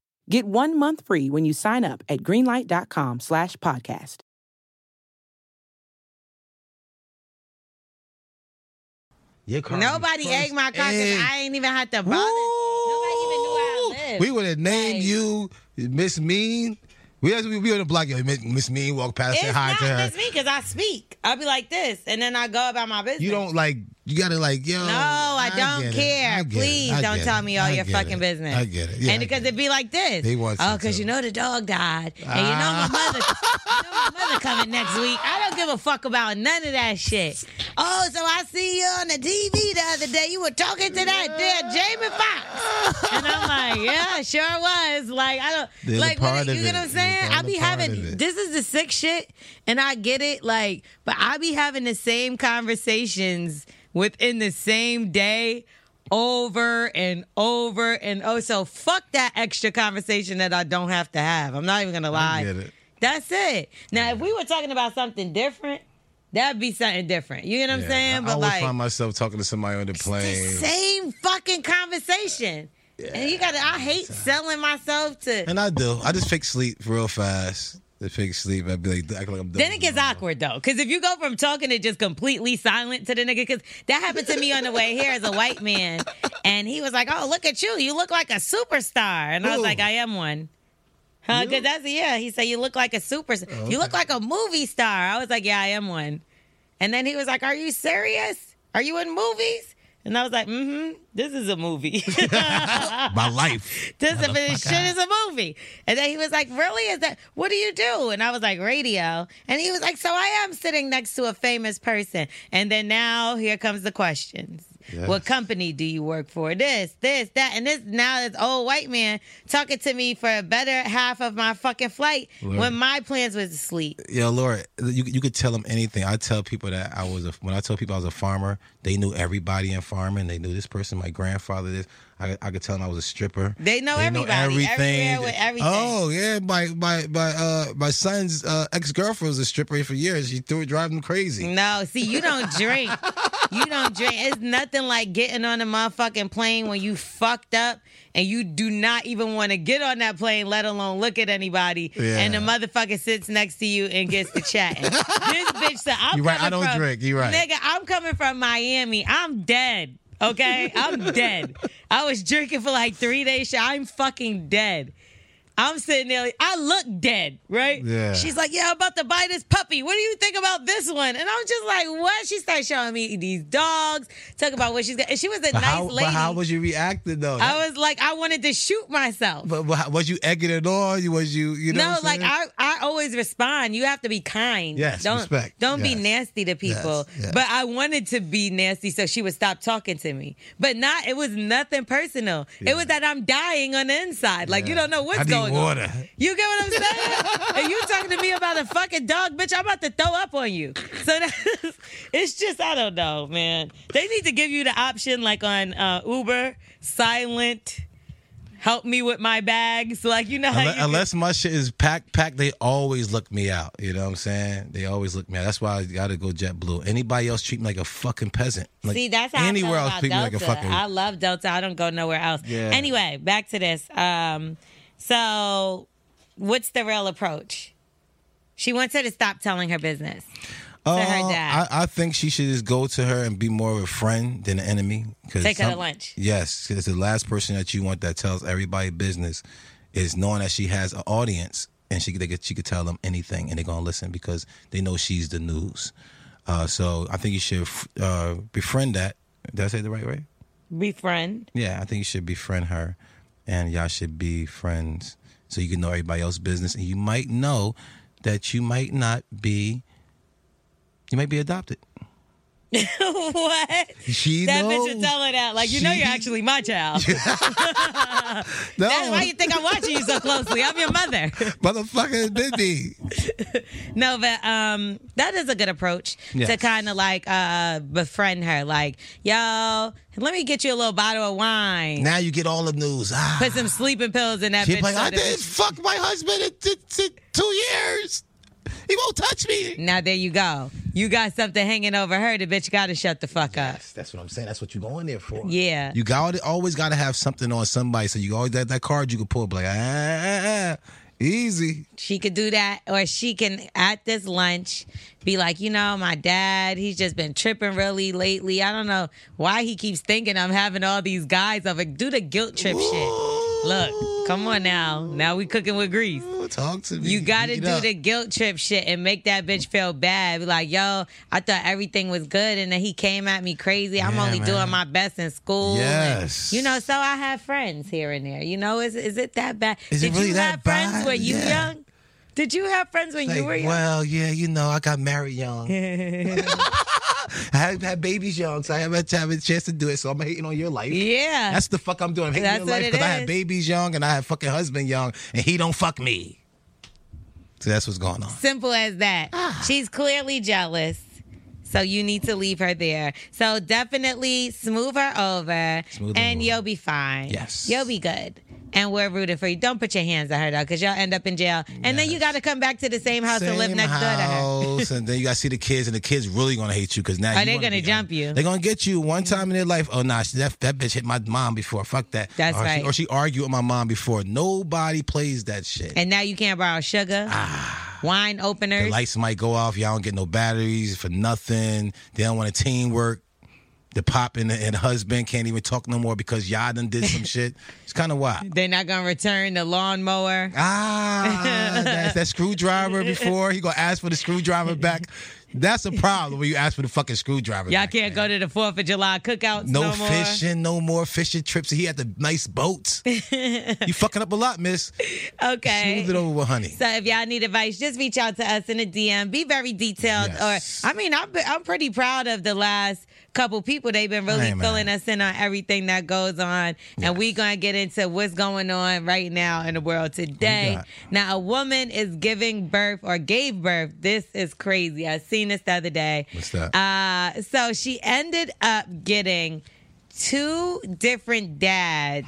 [SPEAKER 6] Get one month free when you sign up at greenlight.com slash podcast.
[SPEAKER 2] Your car
[SPEAKER 3] Nobody
[SPEAKER 2] was first
[SPEAKER 3] egged my car because
[SPEAKER 2] egg.
[SPEAKER 3] I ain't even had to bother.
[SPEAKER 2] Woo!
[SPEAKER 3] Nobody even knew where I lived.
[SPEAKER 2] We would have named
[SPEAKER 3] Like-
[SPEAKER 2] you Miss Mean. We we be on the block, yo. Miss- Miss Mean walk past,
[SPEAKER 3] It's
[SPEAKER 2] say hi
[SPEAKER 3] not
[SPEAKER 2] to her.
[SPEAKER 3] just me because I speak. I'll be like this, and then I go about my business.
[SPEAKER 2] You don't like. You gotta like, yo.
[SPEAKER 3] No, I, don't
[SPEAKER 2] get it. I
[SPEAKER 3] care.
[SPEAKER 2] get it.
[SPEAKER 3] Please
[SPEAKER 2] I
[SPEAKER 3] don't
[SPEAKER 2] get
[SPEAKER 3] tell
[SPEAKER 2] it.
[SPEAKER 3] me all
[SPEAKER 2] I
[SPEAKER 3] your
[SPEAKER 2] get
[SPEAKER 3] fucking
[SPEAKER 2] it.
[SPEAKER 3] business.
[SPEAKER 2] I get it. Yeah,
[SPEAKER 3] and
[SPEAKER 2] I
[SPEAKER 3] because
[SPEAKER 2] get
[SPEAKER 3] it'd be like this.
[SPEAKER 2] They want
[SPEAKER 3] oh,
[SPEAKER 2] you
[SPEAKER 3] because
[SPEAKER 2] to.
[SPEAKER 3] you know the dog died, and you know my mother.
[SPEAKER 2] Ah.
[SPEAKER 3] you know my mother coming next week. I don't give a fuck about none of that shit. Oh, so I see you on the TV the other day. You were talking to that dear Jamie Foxx, and I'm like, yeah, sure was. Like I don't
[SPEAKER 2] They're the
[SPEAKER 3] like when
[SPEAKER 2] part
[SPEAKER 3] it-
[SPEAKER 2] of
[SPEAKER 3] you get
[SPEAKER 2] it.
[SPEAKER 3] what I'm
[SPEAKER 2] They're
[SPEAKER 3] saying.
[SPEAKER 2] part
[SPEAKER 3] I
[SPEAKER 2] of
[SPEAKER 3] be
[SPEAKER 2] the part
[SPEAKER 3] having
[SPEAKER 2] of it.
[SPEAKER 3] this is the sick shit, and I get it. Like, but I be having the same conversations within the same day over and over and oh so fuck that extra conversation that I don't have to have. I'm not even gonna lie.
[SPEAKER 2] get it.
[SPEAKER 3] That's it. Now if we were talking about something different, that'd be something different. You know what I'm
[SPEAKER 2] Yeah,
[SPEAKER 3] saying?
[SPEAKER 2] I always find myself talking to somebody on the plane.
[SPEAKER 3] the same fucking conversation. And you gotta I hate selling myself to
[SPEAKER 2] And I do. I just fake sleep real fast. I fake sleep. I'd be like, act like I'm done.
[SPEAKER 3] Then it gets awkward though, because if you go from talking to just completely silent to the nigga, because that happened to me on the way here as a white man, and he was like, "Oh, look at you! You look like a superstar," and I was
[SPEAKER 2] Who?
[SPEAKER 3] like, "I am one." Huh? Because that's yeah. He said you look like a super. You look like a movie star. I was like, yeah, I am one. And then he was like, are you serious? Are you in movies? And I was like, mm-hmm. This is a movie.
[SPEAKER 2] My life.
[SPEAKER 3] this if it is shit is a movie. And then he was like, Really? Is that what do you do? And I was like, Radio. And he was like, So I am sitting next to a famous person. And then now here comes the questions. What company do you work for? This, this, that, and this. Now this old white man talking to me for a better half of my fucking flight when my plans was to sleep.
[SPEAKER 2] Yeah, Laura, you you could tell them anything. I tell people that I was a when I tell people I was a farmer, they knew everybody in farming. They knew this person, my grandfather. This I, I could tell them I was a stripper.
[SPEAKER 3] They know everybody, everywhere with everything.
[SPEAKER 2] Oh yeah, my my my uh my son's uh, ex girlfriend was a stripper for years. She threw driving him crazy.
[SPEAKER 3] No, see, you don't drink. you don't drink. It's nothing like getting on a motherfucking plane when you fucked up and you do not even want to get on that plane, let alone look at anybody.
[SPEAKER 2] Yeah.
[SPEAKER 3] And the motherfucker sits next to you and gets to chatting. this bitch said, I'm
[SPEAKER 2] You right,
[SPEAKER 3] coming
[SPEAKER 2] I don't
[SPEAKER 3] from-
[SPEAKER 2] drink. You right.
[SPEAKER 3] Nigga, I'm coming from Miami. I'm dead. Okay? I'm dead. I was drinking for like three days. straight. I'm fucking dead. I'm sitting there. like, I look dead, right?
[SPEAKER 2] Yeah.
[SPEAKER 3] She's like, "Yeah, I'm about to buy this puppy. What do you think about this one?" And I'm just like, "What?" She started showing me these dogs. Talk about what she's got. And she was a
[SPEAKER 2] But
[SPEAKER 3] nice
[SPEAKER 2] how
[SPEAKER 3] lady.
[SPEAKER 2] but how was you reacting though?
[SPEAKER 3] I was like, I wanted to shoot myself.
[SPEAKER 2] but, but how- was you egging it on? You was you you know?
[SPEAKER 3] no,
[SPEAKER 2] what I'm
[SPEAKER 3] like
[SPEAKER 2] saying?
[SPEAKER 3] I, I always respond. You have to be kind.
[SPEAKER 2] Yes,
[SPEAKER 3] don't
[SPEAKER 2] respect.
[SPEAKER 3] don't be
[SPEAKER 2] Yes.
[SPEAKER 3] nasty to people.
[SPEAKER 2] yes.
[SPEAKER 3] But I wanted to be nasty so she would stop talking to me. But not. It was nothing personal. It was that I'm dying on the inside. Like you don't know what's
[SPEAKER 2] I need
[SPEAKER 3] going
[SPEAKER 2] water.
[SPEAKER 3] on. You get what I'm saying? and you talking to me about a fucking dog, bitch. I'm about to throw up on you. So that's, it's just I don't know, man. They need to give you the option like on uh, Uber, silent. Help me with my bags, like you know. how you
[SPEAKER 2] Unless,
[SPEAKER 3] can-
[SPEAKER 2] unless my shit is packed, packed, they always look me out. You know what I'm saying? They always look me out. That's why I gotta go JetBlue. Anybody else treat me like a fucking peasant. Like,
[SPEAKER 3] See, that's how
[SPEAKER 2] anywhere
[SPEAKER 3] I
[SPEAKER 2] else
[SPEAKER 3] feel
[SPEAKER 2] treat me
[SPEAKER 3] about
[SPEAKER 2] like a
[SPEAKER 3] Delta.
[SPEAKER 2] fucking.
[SPEAKER 3] I love Delta. I don't go nowhere else.
[SPEAKER 2] Yeah.
[SPEAKER 3] Anyway, back to this. Um, so, what's the real approach? She wants her to stop telling her business.
[SPEAKER 2] Uh,
[SPEAKER 3] her dad.
[SPEAKER 2] I, I think she should just go to her and be more of a friend than an enemy. 'cause
[SPEAKER 3] Take her to lunch.
[SPEAKER 2] Yes, because the last person that you want that tells everybody business is knowing that she has an audience and she could- they could she could tell them anything and they're gonna listen because they know she's the news. Uh, so I think you should uh, befriend that. Did I say it the right way?
[SPEAKER 3] Befriend.
[SPEAKER 2] Yeah, I think you should befriend her, and y'all should be friends so you can know everybody else's business. And you might know that you might not be, you might be adopted.
[SPEAKER 3] what?
[SPEAKER 2] She
[SPEAKER 3] That
[SPEAKER 2] knows.
[SPEAKER 3] bitch would tell her that. Like, you know,
[SPEAKER 2] She-
[SPEAKER 3] you're actually my child.
[SPEAKER 2] no,
[SPEAKER 3] That's why you think I'm watching you so closely. I'm your mother.
[SPEAKER 2] motherfucker it did be.
[SPEAKER 3] No, but um, that is a good approach to
[SPEAKER 2] Yes.
[SPEAKER 3] kind of like uh befriend her. Like, yo, let me get you a little bottle of wine.
[SPEAKER 2] Now you get all the news. Ah,
[SPEAKER 3] Put some sleeping pills in that
[SPEAKER 2] she
[SPEAKER 3] bitch.
[SPEAKER 2] like,
[SPEAKER 3] so
[SPEAKER 2] I
[SPEAKER 3] the
[SPEAKER 2] didn't
[SPEAKER 3] bitch-
[SPEAKER 2] fuck my husband in, in, in two years. He won't touch me.
[SPEAKER 3] Now there you go. You got something hanging over her. The bitch got to shut the fuck up.
[SPEAKER 2] That's what I'm saying. That's what you going there for.
[SPEAKER 3] Yeah.
[SPEAKER 2] You got always got to have something on somebody, so you always that that card you can pull, be like ah, ah, ah, easy.
[SPEAKER 3] She could do that, or she can at this lunch be like, you know, my dad, he's just been tripping really lately. I don't know why he keeps thinking I'm having all these guys over. Do the guilt trip shit. Look, come on now. Now we cooking with grease.
[SPEAKER 2] Ooh, Talk to me.
[SPEAKER 3] You gotta
[SPEAKER 2] Heat
[SPEAKER 3] do
[SPEAKER 2] up.
[SPEAKER 3] the guilt trip shit and make that bitch feel bad. Be like, yo, I thought everything was good and then he came at me crazy. I'm
[SPEAKER 2] Yeah,
[SPEAKER 3] only
[SPEAKER 2] man.
[SPEAKER 3] doing my best in school. and,
[SPEAKER 2] Yes.
[SPEAKER 3] you know, so I have friends here and there. You know, is is it that bad?
[SPEAKER 2] Is it
[SPEAKER 3] Did
[SPEAKER 2] really
[SPEAKER 3] you
[SPEAKER 2] that
[SPEAKER 3] have friends
[SPEAKER 2] bad?
[SPEAKER 3] when you
[SPEAKER 2] Yeah.
[SPEAKER 3] young? Did you have friends when you
[SPEAKER 2] Like,
[SPEAKER 3] were young?
[SPEAKER 2] Well, yeah, you know, I got married young. I had, had babies young, so I haven't had a chance to do it. So I'm hating on your life.
[SPEAKER 3] yeah.
[SPEAKER 2] That's the fuck I'm doing. I'm hating
[SPEAKER 3] That's
[SPEAKER 2] your
[SPEAKER 3] what
[SPEAKER 2] life
[SPEAKER 3] it
[SPEAKER 2] I had
[SPEAKER 3] is.
[SPEAKER 2] babies young and I had fucking husband young, and he don't fuck me. So that's what's going on.
[SPEAKER 3] Simple as that. She's clearly jealous. So you need to leave her there. So definitely smooth her over
[SPEAKER 2] Smooth her
[SPEAKER 3] and
[SPEAKER 2] over.
[SPEAKER 3] you'll be fine.
[SPEAKER 2] Yes.
[SPEAKER 3] You'll be good. And we're rooting for you. Don't put your hands on her though, because y'all end up in jail. And then you gotta come back to the same house and live
[SPEAKER 2] Same
[SPEAKER 3] next door to her.
[SPEAKER 2] house, and then you gotta see the kids, and the kids really gonna hate you because now
[SPEAKER 3] Are
[SPEAKER 2] you
[SPEAKER 3] they
[SPEAKER 2] wanna
[SPEAKER 3] gonna
[SPEAKER 2] be-
[SPEAKER 3] jump you?
[SPEAKER 2] They're gonna get you one time in their life. Oh nah, she, that that bitch hit my mom before. Fuck that.
[SPEAKER 3] That's
[SPEAKER 2] or
[SPEAKER 3] right.
[SPEAKER 2] She, or she argued with my mom before. Nobody plays that shit.
[SPEAKER 3] And now you can't borrow sugar,
[SPEAKER 2] Ah.
[SPEAKER 3] wine
[SPEAKER 2] The
[SPEAKER 3] openers.
[SPEAKER 2] lights might go off. Y'all don't get no batteries for nothing. They don't want to teamwork. The pop and the, and husband can't even talk no more because y'all done did some shit. It's kind of wild.
[SPEAKER 3] They're not gonna return the lawnmower.
[SPEAKER 2] Ah, that's that screwdriver before. He gonna ask for the screwdriver back. That's a problem when you ask for the fucking screwdriver
[SPEAKER 3] Y'all
[SPEAKER 2] back.
[SPEAKER 3] can't go to the Fourth of July cookouts no,
[SPEAKER 2] No,
[SPEAKER 3] more.
[SPEAKER 2] fishing, no more fishing trips. He had the nice boats. you fucking up a lot, miss.
[SPEAKER 3] Okay.
[SPEAKER 2] Smooth it over with honey.
[SPEAKER 3] So if y'all need advice, just reach out to us in a DM. Be very detailed.
[SPEAKER 2] Yes.
[SPEAKER 3] Or I mean, I'm I'm pretty proud of the last couple people. They've been really
[SPEAKER 2] Hey, man.
[SPEAKER 3] filling us in on everything that goes on, and we're gonna get into what's going on right now in the world today.
[SPEAKER 2] got?
[SPEAKER 3] Now, a woman is giving birth or gave birth. This is crazy. I seen this the other day.
[SPEAKER 2] What's that?
[SPEAKER 3] Uh, so she ended up getting two different dads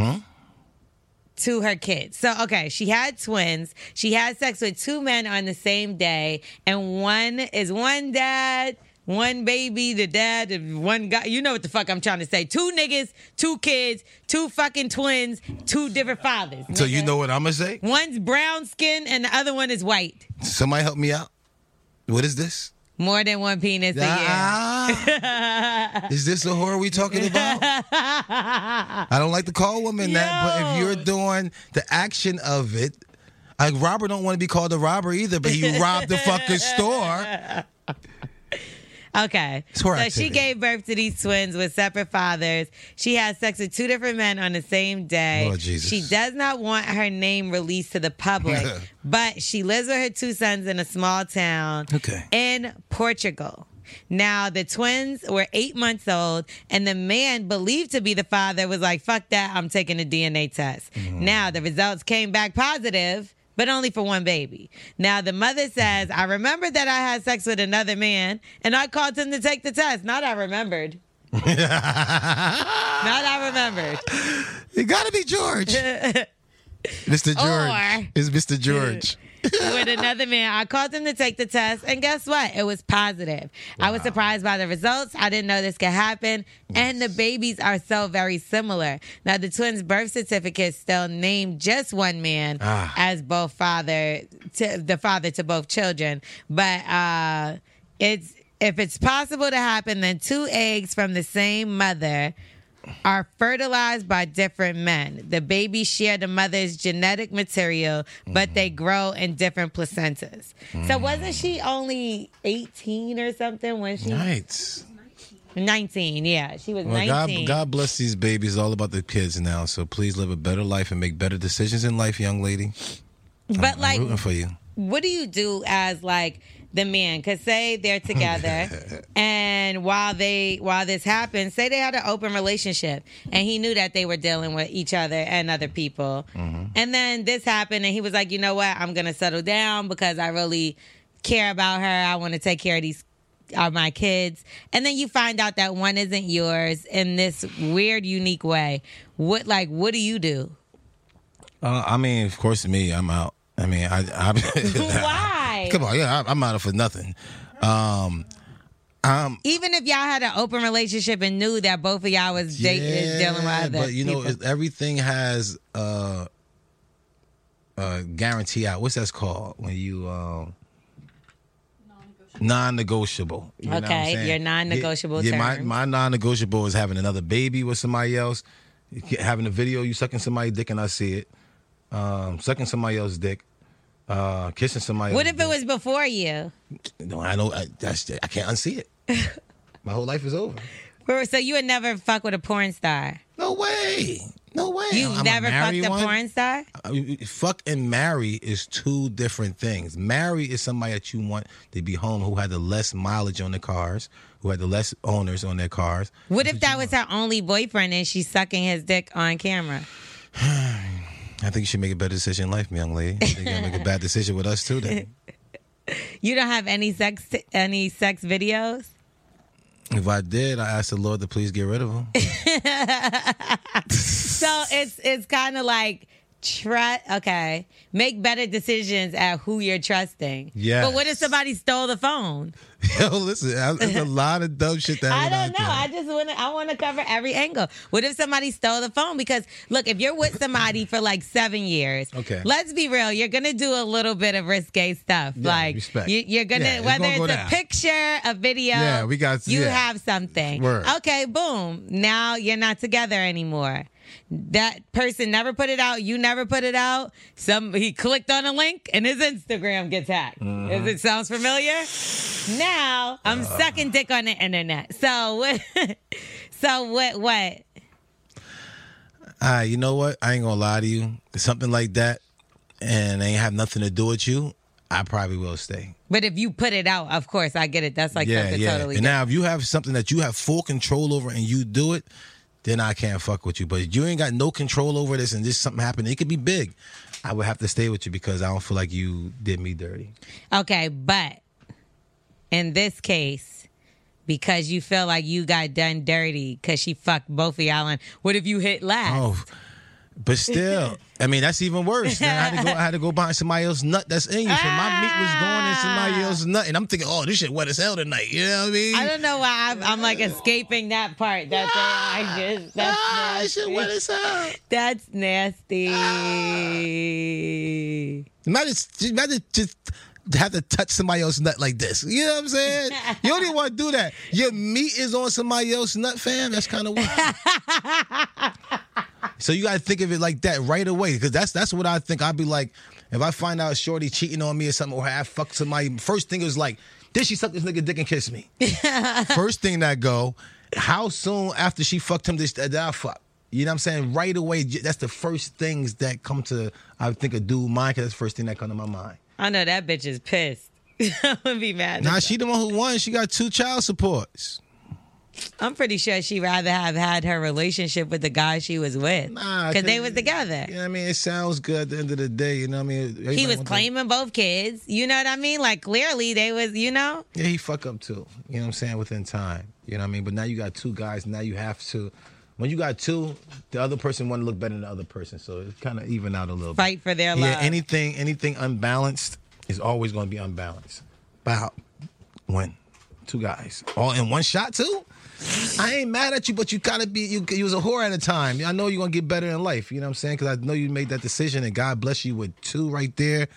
[SPEAKER 3] to her kids. So, okay, she had twins. She had sex with two men on the same day, and one is one dad. One baby, the dad, and one guy. You know what the fuck I'm trying to say. Two niggas, two kids, two fucking twins, two different fathers.
[SPEAKER 2] so you know what I'm gonna say?
[SPEAKER 3] One's brown skin and the other one is white.
[SPEAKER 2] Somebody help me out. What is this?
[SPEAKER 3] More than one penis a year.
[SPEAKER 2] Ah. is this the horror we talking about? I don't like to call women that, but if
[SPEAKER 3] Yo.
[SPEAKER 2] you're doing the action of it, like robber don't want to be called a robber either, but he robbed the fucking store.
[SPEAKER 3] Okay.
[SPEAKER 2] It's horror
[SPEAKER 3] so
[SPEAKER 2] activity.
[SPEAKER 3] she gave birth to these twins with separate fathers. She had sex with two different men on the same day.
[SPEAKER 2] Lord Jesus.
[SPEAKER 3] She does not want her name released to the public, but she lives with her two sons in a small town
[SPEAKER 2] Okay.
[SPEAKER 3] in Portugal. Now, the twins were eight months old, and the man believed to be the father was like, fuck that, I'm taking a DNA test. Now, the results came back positive, but only for one baby. Now, the mother says, I remember that I had sex with another man, and I called him to take the test. Not I remembered. Not I remembered.
[SPEAKER 2] It gotta be George. Mr. George.
[SPEAKER 3] Or-
[SPEAKER 2] It's Mr. George.
[SPEAKER 3] with another man. I called him to take the test, and guess what? It was positive. I was surprised by the results. I didn't know this could happen. And the babies are so very similar. Now, the twins' birth certificates still name just one man as both father, to, the father to both children, but uh, it's if it's possible to happen, then two eggs from the same mother are fertilized by different men. The babies share the mother's genetic material,
[SPEAKER 2] Mm-hmm.
[SPEAKER 3] but they grow in different placentas. So wasn't she only 18 or something when she
[SPEAKER 2] Right.
[SPEAKER 3] 19? Yeah, she was
[SPEAKER 2] Well,
[SPEAKER 3] 19.
[SPEAKER 2] God, God bless these babies. It's all about the kids now. So please live a better life and make better decisions in life, young lady.
[SPEAKER 3] but
[SPEAKER 2] I'm
[SPEAKER 3] like
[SPEAKER 2] rooting for you.
[SPEAKER 3] what do you do as like the man because say they're together and while they while this happens say they had an open relationship and he knew that they were dealing with each other and other people and then this happened and he was like you know what i'm gonna settle down because i really care about her i want to take care of these are my kids and then you find out that one isn't yours in this weird unique way what like what do you do
[SPEAKER 2] Uh, I mean, of course, me. I'm out. I mean, I. I
[SPEAKER 3] Why?
[SPEAKER 2] Come on, yeah, I, I'm out of for nothing. Um,
[SPEAKER 3] even if y'all had an open relationship and knew that both of y'all was dating,
[SPEAKER 2] yeah,
[SPEAKER 3] dealing with other
[SPEAKER 2] but you know,
[SPEAKER 3] people.
[SPEAKER 2] it, everything has uh, uh, guarantee out. What's that's called when you um. Non-negotiable. You know what I'm
[SPEAKER 3] Okay,
[SPEAKER 2] saying?
[SPEAKER 3] your non-negotiable
[SPEAKER 2] Yeah, yeah, my,
[SPEAKER 3] terms.
[SPEAKER 2] my non-negotiable is having another baby with somebody else, having a video you sucking somebody's dick and I see it, um, sucking somebody else's dick, uh, kissing somebody.
[SPEAKER 3] what
[SPEAKER 2] else's
[SPEAKER 3] if
[SPEAKER 2] dick.
[SPEAKER 3] it was before you?
[SPEAKER 2] No, I know. I, that's I can't unsee it. My whole life is over.
[SPEAKER 3] Or- So you would never fuck with a porn star.
[SPEAKER 2] No way. No way.
[SPEAKER 3] You
[SPEAKER 2] I'm- I'm a
[SPEAKER 3] never fucked
[SPEAKER 2] married
[SPEAKER 3] a
[SPEAKER 2] one.
[SPEAKER 3] porn star.
[SPEAKER 2] I mean, Fuck and marry is two different things. Marry is somebody that you want to be home who had the less mileage on their cars, who had the less owners on their cars.
[SPEAKER 3] What if that was her only boyfriend and she's sucking his dick on camera?
[SPEAKER 2] I think you should make a better decision in life, young lady. I think you're gonna make a bad decision with us too. Then,
[SPEAKER 3] You don't have any sex any sex videos.
[SPEAKER 2] if I did, I asked the Lord to please get rid of him.
[SPEAKER 3] So it's it's kind of like trust. Okay, make better decisions at who you're trusting.
[SPEAKER 2] Yes.
[SPEAKER 3] But what if somebody stole the phone?
[SPEAKER 2] Yo, listen, I, there's a lot of dumb shit that
[SPEAKER 3] I
[SPEAKER 2] went
[SPEAKER 3] don't
[SPEAKER 2] out
[SPEAKER 3] know.
[SPEAKER 2] there.
[SPEAKER 3] I just want to. I want to cover every angle. What if somebody stole the phone? Because look, if you're with somebody for like seven years,
[SPEAKER 2] Okay.
[SPEAKER 3] Let's be real. You're gonna do a little bit of risque stuff. like
[SPEAKER 7] respect.
[SPEAKER 3] You, are gonna
[SPEAKER 7] Yeah, it's
[SPEAKER 3] whether
[SPEAKER 7] gonna
[SPEAKER 3] it's,
[SPEAKER 7] go
[SPEAKER 3] a
[SPEAKER 7] down.
[SPEAKER 3] picture, a video.
[SPEAKER 7] Yeah, we got-
[SPEAKER 3] You
[SPEAKER 7] yeah.
[SPEAKER 3] have something.
[SPEAKER 7] Word.
[SPEAKER 3] Okay. Boom. Now you're not together anymore. That person never put it out. You never put it out. Some he clicked on a link and his Instagram gets hacked.
[SPEAKER 2] Mm-hmm.
[SPEAKER 3] If it sounds familiar, now I'm
[SPEAKER 2] Uh.
[SPEAKER 3] sucking dick on the internet. So what? so what? What?
[SPEAKER 2] All right, you know what? I ain't gonna lie to you. Something like that, and ain't have nothing to do with you. I probably will stay.
[SPEAKER 3] But if you put it out, of course, I get it. That's like
[SPEAKER 2] yeah,
[SPEAKER 3] something
[SPEAKER 2] yeah.
[SPEAKER 3] totally.
[SPEAKER 2] and
[SPEAKER 3] different.
[SPEAKER 2] now, if you have something that you have full control over and you do it, then I can't fuck with you. But if you ain't got no control over this, and this something happened, it could be big. I would have to stay with you because I don't feel like you did me dirty.
[SPEAKER 3] okay, but in this case, because you feel like you got done dirty because she fucked both of y'all, and what if you hit last?
[SPEAKER 2] Oh, but still, I mean that's even worse. Now, I had to go. I had to go behind somebody else's nut that's in you. So my meat was going in somebody else's nut, and I'm thinking, oh, this shit wet as hell tonight. You know what I mean?
[SPEAKER 3] Ah. I don't know why I'm, I'm like escaping that part. That's I just that's
[SPEAKER 2] ah, this shit
[SPEAKER 3] nasty.
[SPEAKER 2] wet as hell.
[SPEAKER 3] That's nasty.
[SPEAKER 2] Imagine, imagine just have to touch somebody else's nut like this. You know what I'm saying? you don't even want to do that. Your meat is on somebody else's nut, fam. That's kind of wild. so you gotta think of it like that right away, because that's that's what I think. I'd be like, if I find out Shorty cheating on me or something, or I fucked somebody, first thing is like, did she suck this nigga dick and kiss me? first thing that go, how soon after she fucked him did, did I fuck? You know what I'm saying? Right away, j- that's the first things that come to I think a dude mind. Cause that's the first thing that come to my mind.
[SPEAKER 3] I know that bitch is pissed. I'm gonna be mad. at
[SPEAKER 2] Nah, she the one who won. She got two child supports.
[SPEAKER 3] I'm pretty sure she'd rather have had her relationship with the guy she was with.
[SPEAKER 2] Nah,
[SPEAKER 3] Because they
[SPEAKER 2] cause-
[SPEAKER 3] was together.
[SPEAKER 2] You know what I mean? It sounds good at the end of the day. You know what I mean?
[SPEAKER 3] He
[SPEAKER 2] Everybody
[SPEAKER 3] was
[SPEAKER 2] want to-
[SPEAKER 3] claiming both kids. You know what I mean? Like clearly they was, you know?
[SPEAKER 2] Yeah, he fuck up too. You know what I'm saying? Within time. You know what I mean? But now you got two guys. Now you have to. When you got two, the other person want to look better than the other person. So it kind of even out a little. bit.
[SPEAKER 3] Fight for their
[SPEAKER 2] Yeah,
[SPEAKER 3] love.
[SPEAKER 2] anything anything unbalanced is always going to be unbalanced. Bow, one, two guys, all in one shot too. I ain't mad at you, but you gotta be you. You was a whore at a time. I know you're gonna get better in life. You know what I'm saying? Because I know you made that decision, and God bless you with two right there.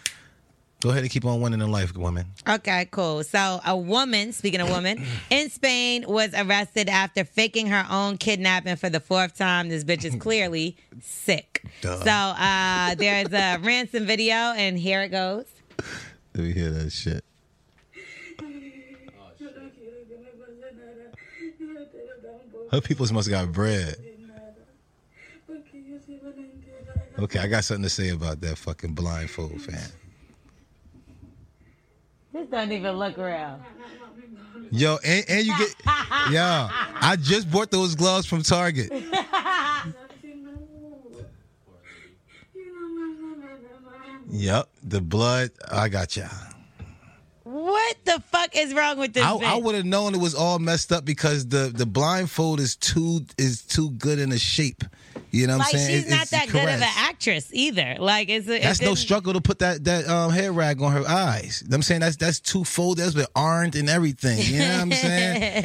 [SPEAKER 2] Go ahead and keep on winning in life, woman.
[SPEAKER 3] Okay, cool. So, a woman, speaking of woman, in Spain was arrested after faking her own kidnapping for the fourth time. This bitch is clearly sick. So, uh, there's a ransom video, and here it goes.
[SPEAKER 2] Let me hear that shit. Her peoples must got bread. Okay, I got something to say about that fucking blindfold fan.
[SPEAKER 3] This don't even look real.
[SPEAKER 2] Yo, and, and you get yo. I just bought those gloves from Target. Yep, the blood. I got ya.
[SPEAKER 3] What the fuck is wrong with this
[SPEAKER 2] I,
[SPEAKER 3] bitch?
[SPEAKER 2] I would have known it was all messed up because the the blindfold is too is too good in a shape. You know what
[SPEAKER 3] like
[SPEAKER 2] I'm saying?
[SPEAKER 3] she's
[SPEAKER 2] It-
[SPEAKER 3] not
[SPEAKER 2] it's
[SPEAKER 3] that good of an
[SPEAKER 2] caressed.
[SPEAKER 3] actress either. Like it's it
[SPEAKER 2] That's no
[SPEAKER 3] didn't-
[SPEAKER 2] struggle to put that that um, hair rag on her eyes. You know what I'm saying that's that's two fold. That's with orange and everything. You know what I'm saying?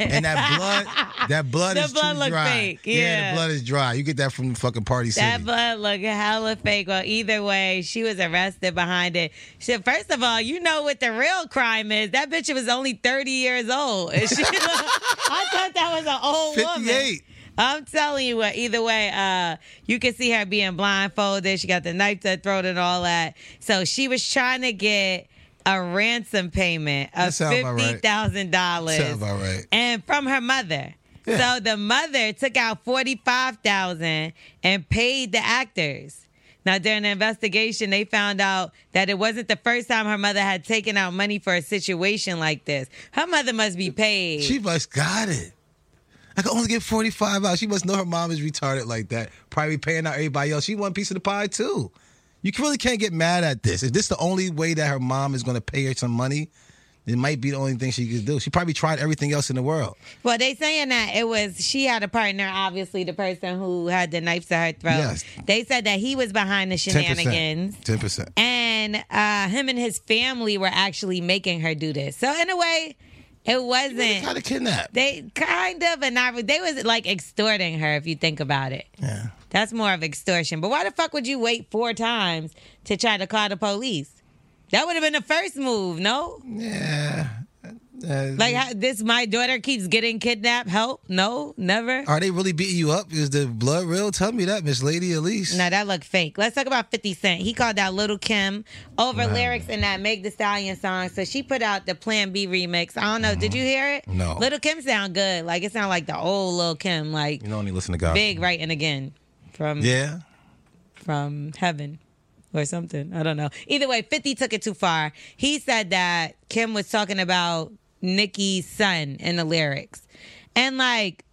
[SPEAKER 2] and that blood, that blood
[SPEAKER 3] The
[SPEAKER 2] is
[SPEAKER 3] blood
[SPEAKER 2] too
[SPEAKER 3] look
[SPEAKER 2] dry.
[SPEAKER 3] fake, yeah.
[SPEAKER 2] the blood is dry. You get that from the fucking party city.
[SPEAKER 3] That blood look hella fake. Well, either way, she was arrested behind it. So first of all, you know what the real crime is. That bitch was only 30 years old. And she- I thought that was an old woman.
[SPEAKER 2] 58.
[SPEAKER 3] I'm telling you what, either way, uh, you can see her being blindfolded. She got the knife to her throat and all that. So she was trying to get a ransom payment of
[SPEAKER 2] That sound about right.
[SPEAKER 3] $50,000
[SPEAKER 2] Sound about right.
[SPEAKER 3] and from her mother. So the mother took out forty five thousand and paid the actors. Now during the investigation, they found out that it wasn't the first time her mother had taken out money for a situation like this. Her mother must be paid.
[SPEAKER 2] She must got it. I could only get 45 out. She must know her mom is retarded like that. Probably paying out everybody else. She one piece of the pie too. You can- really can't get mad at this. If this the only way that her mom is going to pay her some money, It might be the only thing she could do. She probably tried everything else in the world.
[SPEAKER 3] Well, they saying that it was she had a partner, obviously the person who had the knife to her throat.
[SPEAKER 2] Yes.
[SPEAKER 3] They said that he was behind the
[SPEAKER 2] 10%.
[SPEAKER 3] shenanigans.
[SPEAKER 2] 10%.
[SPEAKER 3] And uh, him and his family were actually making her do this. So in a way, it
[SPEAKER 2] How
[SPEAKER 3] wasn't.
[SPEAKER 2] to kidnap.
[SPEAKER 3] They kind of, and I, they was like extorting her. If you think about it,
[SPEAKER 2] Yeah.
[SPEAKER 3] that's more of extortion. But why the fuck would you wait four times to try to call the police? That would have been the first move, no?
[SPEAKER 2] Yeah. Uh,
[SPEAKER 3] Like how, this, my daughter keeps getting kidnapped. Help? No, never.
[SPEAKER 2] are they really beating you up? Is the blood real? Tell me that, Miss Lady Elise.
[SPEAKER 3] No, that looked fake. Let's talk about 50 Cent. He called out Little Kim over lyrics in that Make the Stallion song. So she put out the Plan B remix. I don't know. Did you hear it?
[SPEAKER 2] Mm-hmm. No.
[SPEAKER 3] Little Kim sound good. Like it sound like the old Little Kim, like
[SPEAKER 2] You know, only listen to God.
[SPEAKER 3] big writing again from
[SPEAKER 2] Yeah.
[SPEAKER 3] from heaven or something. I don't know. Either way, 50 took it too far. He said that Kim was talking about Nicki's son in the lyrics. And like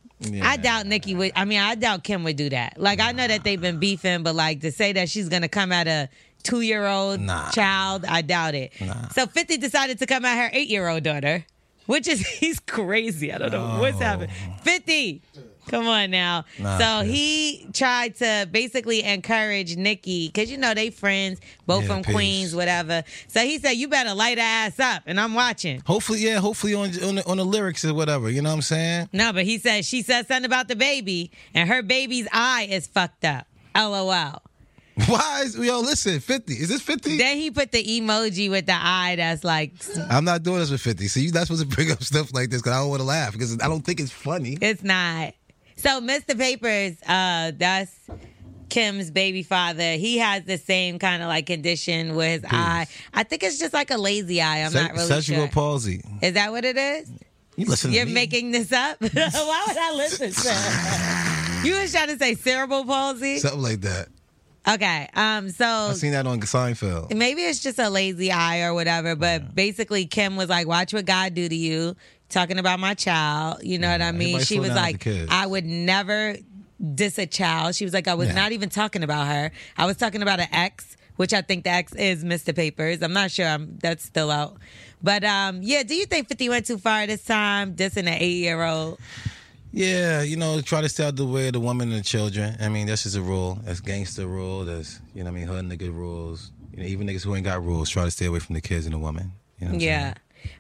[SPEAKER 3] I doubt Nicki would I mean, I doubt Kim would do that. Like I know that they've been beefing, but like to say that she's gonna come at a two year old
[SPEAKER 2] Nah.
[SPEAKER 3] child, I doubt it. So 50 decided to come at her eight year old daughter. Which is he's crazy. I don't know
[SPEAKER 2] Oh.
[SPEAKER 3] what's happening. 50. Come on now. so he tried to basically encourage Nikki because you know they friends, both
[SPEAKER 2] Yeah,
[SPEAKER 3] from
[SPEAKER 2] peace.
[SPEAKER 3] Queens, whatever. So he said, "You better light her ass up," and I'm watching.
[SPEAKER 2] Hopefully, yeah. Hopefully on on the, on the lyrics or whatever. You know what I'm saying?
[SPEAKER 3] No, but he said she said something about the baby, and her baby's eye is fucked up. LOL.
[SPEAKER 2] Why is yo? Listen, fifty. Is this fifty?
[SPEAKER 3] Then he put the emoji with the eye that's like
[SPEAKER 2] I'm not doing this with fifty. So you're not supposed to bring up stuff like this because I don't want to laugh because I don't think it's funny.
[SPEAKER 3] It's not. So Mr. Papers, uh, that's Kim's baby father. He has the same kind of like condition with his eye. I think it's just like a lazy eye. I'm
[SPEAKER 2] Se-
[SPEAKER 3] not really
[SPEAKER 2] sexual
[SPEAKER 3] sure.
[SPEAKER 2] palsy.
[SPEAKER 3] is that what it is?
[SPEAKER 2] You listen.
[SPEAKER 3] You're
[SPEAKER 2] to me.
[SPEAKER 3] making this up? Why would I listen to it? You was trying to say cerebral palsy?
[SPEAKER 2] something like that.
[SPEAKER 3] okay. Um so
[SPEAKER 2] I seen that on Seinfeld.
[SPEAKER 3] maybe it's just a lazy eye or whatever, but basically Kim was like, Watch what God do to you, talking about my child. You know what I mean?
[SPEAKER 2] everybody
[SPEAKER 3] She
[SPEAKER 2] slow
[SPEAKER 3] was
[SPEAKER 2] down with
[SPEAKER 3] like,
[SPEAKER 2] the kids.
[SPEAKER 3] I would never diss a child. She was like, I was
[SPEAKER 2] Yeah.
[SPEAKER 3] not even talking about her. I was talking about an ex, which I think the ex is Mr. Papers. I'm not sure I'm, that's still out. But um, yeah, do you think 50 went too far this time, dissing an eight year old?
[SPEAKER 2] Yeah, you know, try to stay out the way of the woman and the children. I mean, that's just a rule. That's gangster rule. That's you know, what I mean, hood nigga rules. You know, even niggas who ain't got rules try to stay away from the kids and the woman. You know what I'm
[SPEAKER 3] Yeah.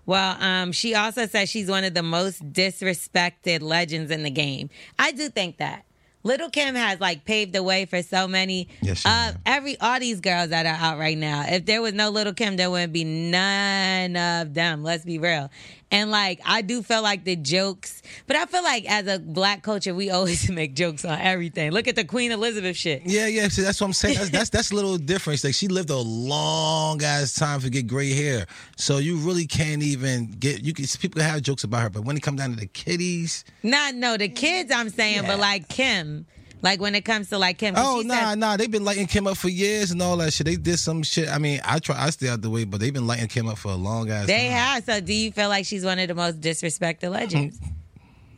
[SPEAKER 3] Well, um, she also says she's one of the most disrespected legends in the game. I do think that. Little Kim has like paved the way for so many.
[SPEAKER 2] Yes, she has.
[SPEAKER 3] every all these girls that are out right now. If there was no Little Kim, there wouldn't be none of them. Let's be real. And like, I do feel like the jokes, but I feel like as a black culture, we always make jokes on everything. Look at the Queen Elizabeth shit.
[SPEAKER 2] Yeah, yeah. See, that's what I'm saying. That's, that's that's a little difference. Like she lived a long ass time to get gray hair, so you really can't even get. You can people can have jokes about her, but when it comes down to the kitties,
[SPEAKER 3] Not no, the kids I'm saying, but like Kim. Like when it comes to like Kim. 'cause
[SPEAKER 2] oh
[SPEAKER 3] she
[SPEAKER 2] nah
[SPEAKER 3] said-
[SPEAKER 2] nah, they've been lighting Kim up for years and all that shit. They did some shit. I mean, I try I stay out the way, but they've been lighting Kim up for a long ass.
[SPEAKER 3] They
[SPEAKER 2] time.
[SPEAKER 3] have. So, do you feel like she's one of the most disrespected legends?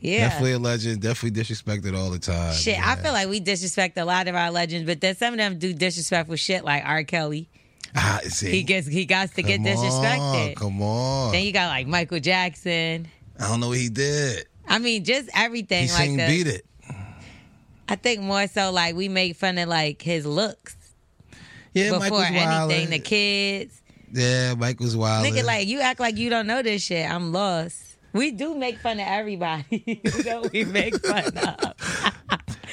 [SPEAKER 3] Yeah.
[SPEAKER 2] Definitely a legend. Definitely disrespected all the time.
[SPEAKER 3] Shit, I feel like we disrespect a lot of our legends, but then some of them do disrespectful shit, like R. Kelly.
[SPEAKER 2] Ah, see,
[SPEAKER 3] He gets he got to get
[SPEAKER 2] Come On,
[SPEAKER 3] disrespected.
[SPEAKER 2] come on.
[SPEAKER 3] then you got like Michael Jackson.
[SPEAKER 2] I don't know what he did.
[SPEAKER 3] I mean, just everything.
[SPEAKER 2] He
[SPEAKER 3] like
[SPEAKER 2] sang
[SPEAKER 3] the-
[SPEAKER 2] beat it.
[SPEAKER 3] I think more so like we make fun of like his looks
[SPEAKER 2] Yeah, Mike
[SPEAKER 3] before
[SPEAKER 2] was wild.
[SPEAKER 3] anything. The kids.
[SPEAKER 2] Yeah, Mike was wild.
[SPEAKER 3] Nigga, like you act like you don't know this shit. I'm lost. We do make fun of everybody. you know, we make fun of.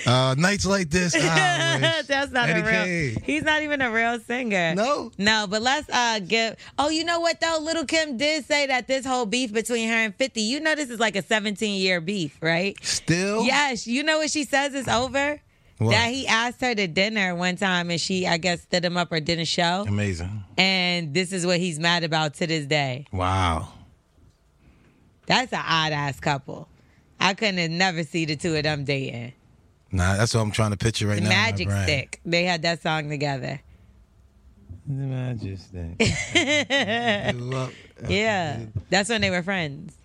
[SPEAKER 2] Uh, nights like this. I wish.
[SPEAKER 3] That's not
[SPEAKER 2] Eddie
[SPEAKER 3] a real.
[SPEAKER 2] Kane.
[SPEAKER 3] He's not even a real singer.
[SPEAKER 2] No?
[SPEAKER 3] No, but let's uh give. Oh, you know what though? Little Kim did say that this whole beef between her and Fifty. You know this is like a 17 year beef, right?
[SPEAKER 2] Still?
[SPEAKER 3] Yes. You know what she says is over.
[SPEAKER 2] What?
[SPEAKER 3] That he asked her to dinner one time and she, I guess, stood him up or didn't show.
[SPEAKER 2] Amazing.
[SPEAKER 3] And this is what he's mad about to this day.
[SPEAKER 2] Wow.
[SPEAKER 3] That's an odd ass couple. I couldn't have never see the two of them dating.
[SPEAKER 2] Nah, that's what I'm trying to picture right
[SPEAKER 3] The
[SPEAKER 2] now. in my
[SPEAKER 3] Magic
[SPEAKER 2] brain.
[SPEAKER 3] Stick. They had that song together.
[SPEAKER 2] The magic stick. You up.
[SPEAKER 3] Yeah. That's when they were friends.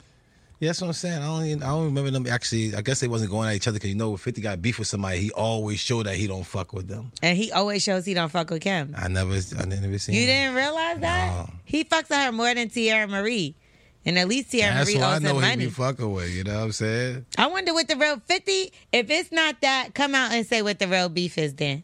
[SPEAKER 2] Yeah, that's what I'm saying. I don't, even, I don't remember them actually. I guess they wasn't going at each other because you know, when 50 got beef with somebody, he always showed that he don't fuck with them.
[SPEAKER 3] And he always shows he don't fuck with Kim.
[SPEAKER 2] I never, I never seen.
[SPEAKER 3] You
[SPEAKER 2] that.
[SPEAKER 3] didn't realize that? He fucks with her more than Tierra Marie. And at least Sierra
[SPEAKER 2] That's
[SPEAKER 3] Marie
[SPEAKER 2] why I
[SPEAKER 3] owes
[SPEAKER 2] know
[SPEAKER 3] him
[SPEAKER 2] he be
[SPEAKER 3] money.
[SPEAKER 2] fucking with. You know what I'm saying?
[SPEAKER 3] I wonder what the real 50, if it's not that, come out and say what the real beef is then.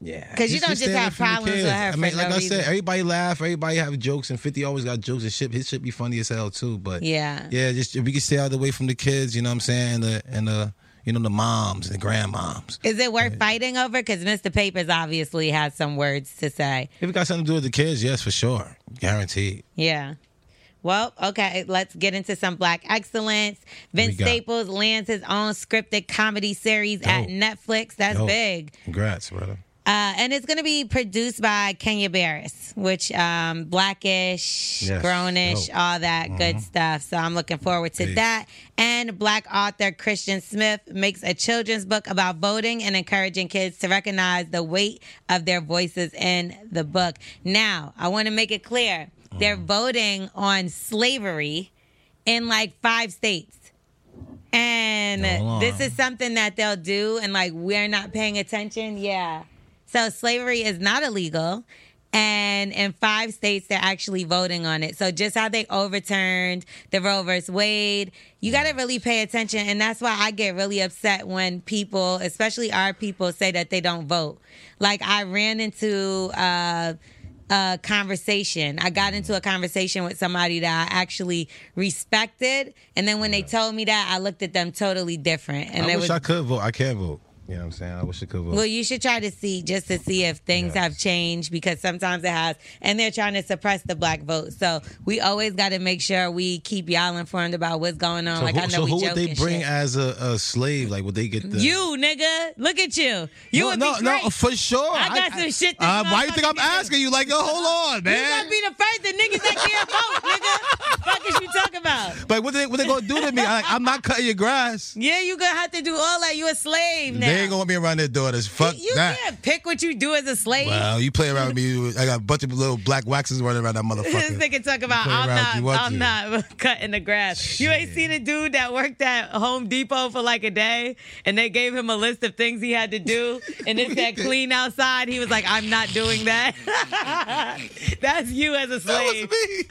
[SPEAKER 2] Yeah.
[SPEAKER 3] 'Cause you don't just
[SPEAKER 2] stand
[SPEAKER 3] have
[SPEAKER 2] up for your
[SPEAKER 3] problems with
[SPEAKER 2] kids.
[SPEAKER 3] her
[SPEAKER 2] I
[SPEAKER 3] for
[SPEAKER 2] mean, like
[SPEAKER 3] no
[SPEAKER 2] I
[SPEAKER 3] reason.
[SPEAKER 2] said, everybody laugh, everybody have jokes, and Fifty always got jokes and shit. His shit be funny as hell too. But
[SPEAKER 3] Yeah.
[SPEAKER 2] yeah, just if we can stay out of the way from the kids, you know what I'm saying? The, and the you know the moms and the grandmoms.
[SPEAKER 3] Is it worth fighting over? Because Mr. Papers obviously has some words to say.
[SPEAKER 2] If it got something to do with the kids, yes, for sure, guaranteed.
[SPEAKER 3] Yeah. Well, okay, let's get into some black excellence. Vince
[SPEAKER 2] We got-
[SPEAKER 3] Staples lands his own scripted comedy series at
[SPEAKER 2] Dope.
[SPEAKER 3] Netflix. That's
[SPEAKER 2] Dope.
[SPEAKER 3] big.
[SPEAKER 2] Congrats, brother.
[SPEAKER 3] Uh, and it's going to be produced by Kenya Barris, which um, blackish,
[SPEAKER 2] Yes.
[SPEAKER 3] grownish,
[SPEAKER 2] Dope.
[SPEAKER 3] all that good stuff. So I'm looking forward to
[SPEAKER 2] Peace.
[SPEAKER 3] that. And black author Christian Smith makes a children's book about voting and encouraging kids to recognize the weight of their voices in the book. Now, I want to make it clear they're
[SPEAKER 2] Mm.
[SPEAKER 3] voting on slavery in like five states. And
[SPEAKER 2] Hold
[SPEAKER 3] this
[SPEAKER 2] on.
[SPEAKER 3] is something that they'll do, and like we're not paying attention. Yeah. So slavery is not illegal. And in five states, they're actually voting on it. So just how they overturned the Roe versus Wade, you got to really pay attention. And that's why I get really upset when people, especially our people, say that they don't vote. Like I ran into, uh, a conversation. I got into a conversation with somebody that I actually respected, and then when they told me that, I looked at them totally different. And
[SPEAKER 2] I
[SPEAKER 3] it
[SPEAKER 2] wish
[SPEAKER 3] was
[SPEAKER 2] I could vote. I can't vote. You know what I'm saying? I wish I could vote.
[SPEAKER 3] well, you should try to see just to see if things
[SPEAKER 2] Yes.
[SPEAKER 3] have changed because sometimes it has, and they're trying to suppress the black vote. So we always got to make sure we keep y'all informed about what's going on.
[SPEAKER 2] so
[SPEAKER 3] like
[SPEAKER 2] who,
[SPEAKER 3] I know
[SPEAKER 2] so
[SPEAKER 3] we
[SPEAKER 2] who
[SPEAKER 3] joke
[SPEAKER 2] would they
[SPEAKER 3] and
[SPEAKER 2] bring
[SPEAKER 3] shit.
[SPEAKER 2] as a, a slave? Like would they get the
[SPEAKER 3] you nigga, look at you. You
[SPEAKER 2] no,
[SPEAKER 3] would
[SPEAKER 2] no,
[SPEAKER 3] be
[SPEAKER 2] no,
[SPEAKER 3] great.
[SPEAKER 2] for sure.
[SPEAKER 3] I got some shit this
[SPEAKER 2] Uh, why you think
[SPEAKER 3] motherfucker can
[SPEAKER 2] I'm
[SPEAKER 3] do.
[SPEAKER 2] asking you? Like, yo, hold on,
[SPEAKER 3] you
[SPEAKER 2] man.
[SPEAKER 3] gonna be the first the niggas that can't vote, nigga. Fuck is you talking about?
[SPEAKER 2] Like, what they what they gonna do to me? Like, I'm not cutting your grass.
[SPEAKER 3] Yeah, you gonna have to do all that. You a slave now.
[SPEAKER 2] They ain't gonna be around their daughters. Fuck
[SPEAKER 3] you
[SPEAKER 2] that.
[SPEAKER 3] can't pick what you do as a slave.
[SPEAKER 2] Wow, you play around with me. I got a bunch of little black waxes running around that
[SPEAKER 3] This
[SPEAKER 2] motherfucker.
[SPEAKER 3] nigga talk about
[SPEAKER 2] play around if
[SPEAKER 3] I'm
[SPEAKER 2] you
[SPEAKER 3] not
[SPEAKER 2] want
[SPEAKER 3] I'm
[SPEAKER 2] to."
[SPEAKER 3] not cutting the grass. You ain't seen a dude that worked at Home Depot for like a day and they gave him a list of things he had to do and it said clean outside. He was like, I'm not doing that. That's you as a
[SPEAKER 2] That was
[SPEAKER 3] slave.
[SPEAKER 2] me.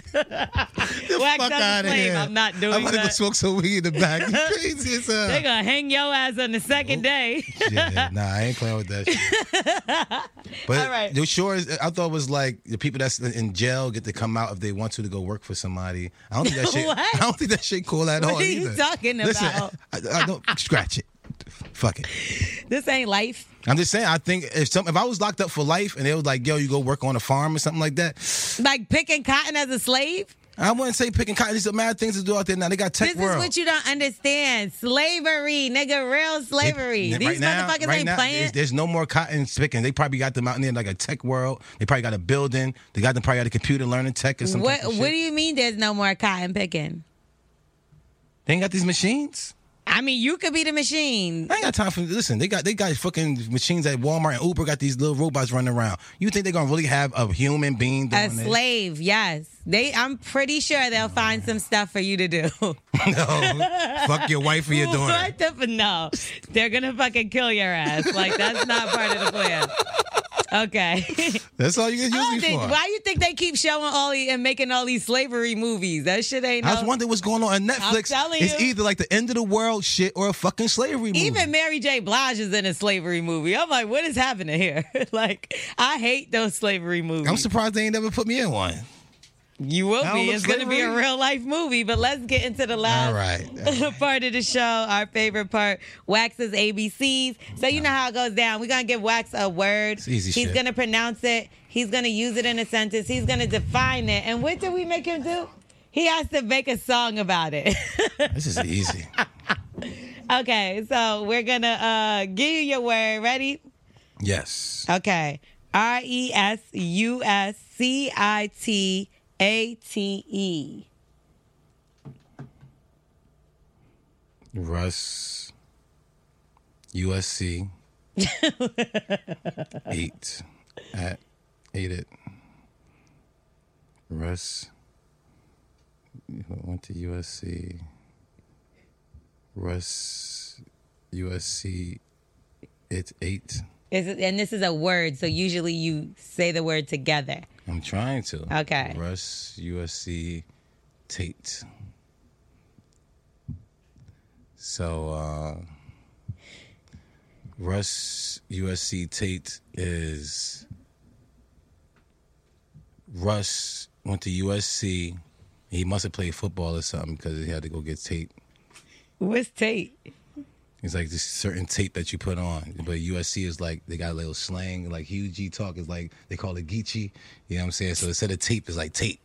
[SPEAKER 2] the
[SPEAKER 3] Wax
[SPEAKER 2] fuck
[SPEAKER 3] up the
[SPEAKER 2] out of
[SPEAKER 3] flame.
[SPEAKER 2] here.
[SPEAKER 3] I'm not doing
[SPEAKER 2] I'm about to go
[SPEAKER 3] that.
[SPEAKER 2] smoke some weed in the back. You crazy as hell.
[SPEAKER 3] They gonna hang your ass on the second day.
[SPEAKER 2] yeah, nah, I ain't playing with that shit. But
[SPEAKER 3] All right.
[SPEAKER 2] the sure is, I thought it was like the people that's in jail get to come out if they want to to go work for somebody. I don't think that shit.
[SPEAKER 3] What?
[SPEAKER 2] I don't think that shit cool at
[SPEAKER 3] What
[SPEAKER 2] all.
[SPEAKER 3] are you
[SPEAKER 2] either.
[SPEAKER 3] talking
[SPEAKER 2] Listen,
[SPEAKER 3] about?
[SPEAKER 2] I, I don't scratch it. Fuck it.
[SPEAKER 3] this ain't life.
[SPEAKER 2] I'm just saying. I think if some if I was locked up for life and they was like, "Yo, you go work on a farm or something like that,"
[SPEAKER 3] Like picking cotton as a slave.
[SPEAKER 2] I wouldn't say picking cotton. These are mad things to do out there now. They got tech
[SPEAKER 3] This
[SPEAKER 2] world.
[SPEAKER 3] is what you don't understand. Slavery, nigga, real slavery.
[SPEAKER 2] They-
[SPEAKER 3] These
[SPEAKER 2] right now-
[SPEAKER 3] motherfuckers
[SPEAKER 2] right
[SPEAKER 3] ain't
[SPEAKER 2] now,
[SPEAKER 3] playing.
[SPEAKER 2] There's, there's no more cotton picking. They probably got them out in there like a tech world. They probably got a building. They got them probably got a computer learning tech or something.
[SPEAKER 3] What What do you mean? There's no more cotton picking?
[SPEAKER 2] They ain't got these machines.
[SPEAKER 3] I mean, you could be the machine.
[SPEAKER 2] I ain't got time for listen. They got they got fucking machines at Walmart and Uber. Got these little robots running around. You think they're gonna really have a human being doing
[SPEAKER 3] A
[SPEAKER 2] this?
[SPEAKER 3] slave, yes. They, I'm pretty sure they'll find some stuff for you to do.
[SPEAKER 2] no, fuck your wife or your daughter.
[SPEAKER 3] What the? f- No, they're gonna fucking kill your ass. Like that's not part of the plan. Okay.
[SPEAKER 2] That's all you can
[SPEAKER 3] I
[SPEAKER 2] use
[SPEAKER 3] don't
[SPEAKER 2] me
[SPEAKER 3] think,
[SPEAKER 2] for.
[SPEAKER 3] why you think they keep showing all these and making all these slavery movies? That shit ain't.
[SPEAKER 2] I was
[SPEAKER 3] no-
[SPEAKER 2] wondering what's going on on Netflix.
[SPEAKER 3] telling
[SPEAKER 2] It's
[SPEAKER 3] you.
[SPEAKER 2] either like the end of the world shit or a fucking slavery movie.
[SPEAKER 3] Even Mary J. Blige is in a slavery movie. I'm like, what is happening here? like, I hate those slavery movies.
[SPEAKER 2] I'm surprised they ain't never put me in one.
[SPEAKER 3] you will
[SPEAKER 2] I don't
[SPEAKER 3] be.
[SPEAKER 2] look
[SPEAKER 3] It's going to be a
[SPEAKER 2] slavery.
[SPEAKER 3] real life movie. But let's get into the last
[SPEAKER 2] All right.
[SPEAKER 3] part of the show, our favorite part, Wax's ABCs. So you know how it goes down. We're gonna give Wax a word.
[SPEAKER 2] easy
[SPEAKER 3] He's
[SPEAKER 2] shit.
[SPEAKER 3] gonna pronounce it. He's gonna use it in a sentence. He's gonna define it. And what did we make him do? He has to make a song about it.
[SPEAKER 2] This is easy.
[SPEAKER 3] okay, so we're gonna uh, give you your word. Ready?
[SPEAKER 2] Yes.
[SPEAKER 3] Okay. R E S U S C I T A T E.
[SPEAKER 2] Russ, USC, eight at eight it. Russ went to USC. Russ, USC, it's eight.
[SPEAKER 3] Is it- And this is a word, so usually you say the word together.
[SPEAKER 2] I'm trying to.
[SPEAKER 3] Okay.
[SPEAKER 2] Russ, USC, Tate. So uh, Russ USC Tate is Russ went to USC. He must have played football or something because he had to go get tape.
[SPEAKER 3] What's Tate?
[SPEAKER 2] It's like this certain tape that you put on. But USC is like they got a little slang, like huge G talk is like they call it Geechee. You know what I'm saying? So instead of tape, it's like tape.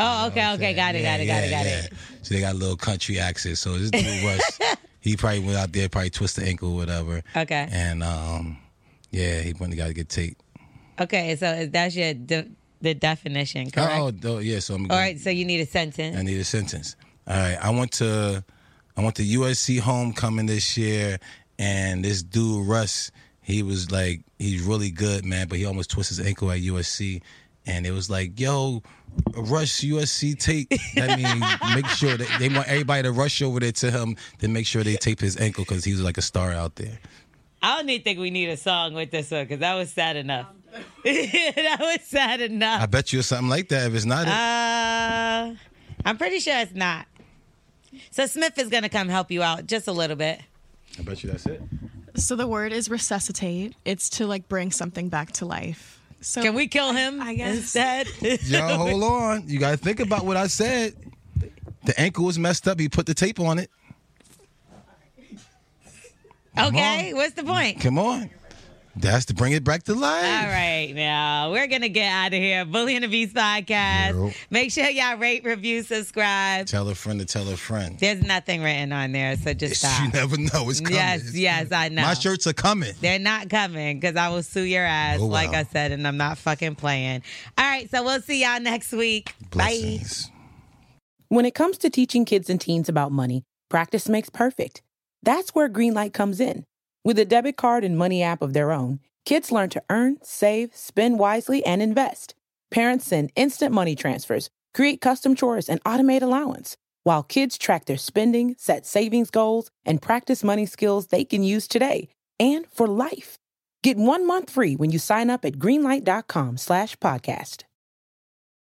[SPEAKER 3] Oh, okay, okay, got it, got it, got it, got it.
[SPEAKER 2] So they got a little country accent. So this dude Russ, he probably went out there, probably twist the ankle, or whatever.
[SPEAKER 3] Okay.
[SPEAKER 2] And um, yeah, he went and got to get taped.
[SPEAKER 3] Okay, so that's your de- the definition, correct?
[SPEAKER 2] Oh, oh, yeah. So I'm
[SPEAKER 3] All right, so you need a sentence.
[SPEAKER 2] I need a sentence. All right, I went to I went to USC homecoming this year, and this dude Russ, he was like he's really good, man, but he almost twisted his ankle at USC, and it was like, yo, rush USC tape. That means make sure that they want everybody to rush over there to him to make sure they tape his ankle because he's like a star out there.
[SPEAKER 3] I don't even think we need a song with this one because that was sad enough. that was sad
[SPEAKER 2] I
[SPEAKER 3] enough.
[SPEAKER 2] bet you it's something like that. If it's not, it,
[SPEAKER 3] Uh, I'm pretty sure it's not. So Smith is gonna come help you out just a little bit.
[SPEAKER 2] I bet you that's it.
[SPEAKER 7] So the word is resuscitate. It's to like bring something back to life. So
[SPEAKER 3] Can we kill him
[SPEAKER 7] I guess.
[SPEAKER 3] instead?
[SPEAKER 2] Yo, hold on. You gotta think about what I said. The ankle was messed up. He put the tape on it.
[SPEAKER 3] okay, Uh-huh.
[SPEAKER 2] on.
[SPEAKER 3] what's the point?
[SPEAKER 2] Come on. That's to bring it back to life.
[SPEAKER 3] All right, now we're gonna get out of here. Bully and the Beast podcast.
[SPEAKER 2] Yep.
[SPEAKER 3] Make sure y'all rate, review, subscribe.
[SPEAKER 2] Tell a friend to tell a friend.
[SPEAKER 3] There's nothing written on there, so just
[SPEAKER 2] You
[SPEAKER 3] stop.
[SPEAKER 2] never know. It's coming.
[SPEAKER 3] Yes,
[SPEAKER 2] It's
[SPEAKER 3] yes, I know.
[SPEAKER 2] coming. My shirts are coming.
[SPEAKER 3] They're not coming because I will sue your ass,
[SPEAKER 2] Oh, wow.
[SPEAKER 3] like I said, and I'm not fucking playing. All right, so we'll see y'all next week. Bye.
[SPEAKER 2] Blessings.
[SPEAKER 6] When it comes to teaching kids and teens about money, practice makes perfect. That's where Greenlight comes in. With a debit card and money app of their own, kids learn to earn, save, spend wisely, and invest. Parents send instant money transfers, create custom chores, and automate allowance, while kids track their spending, set savings goals, and practice money skills they can use today and for life. Get one month free when you sign up at greenlight.com slash podcast.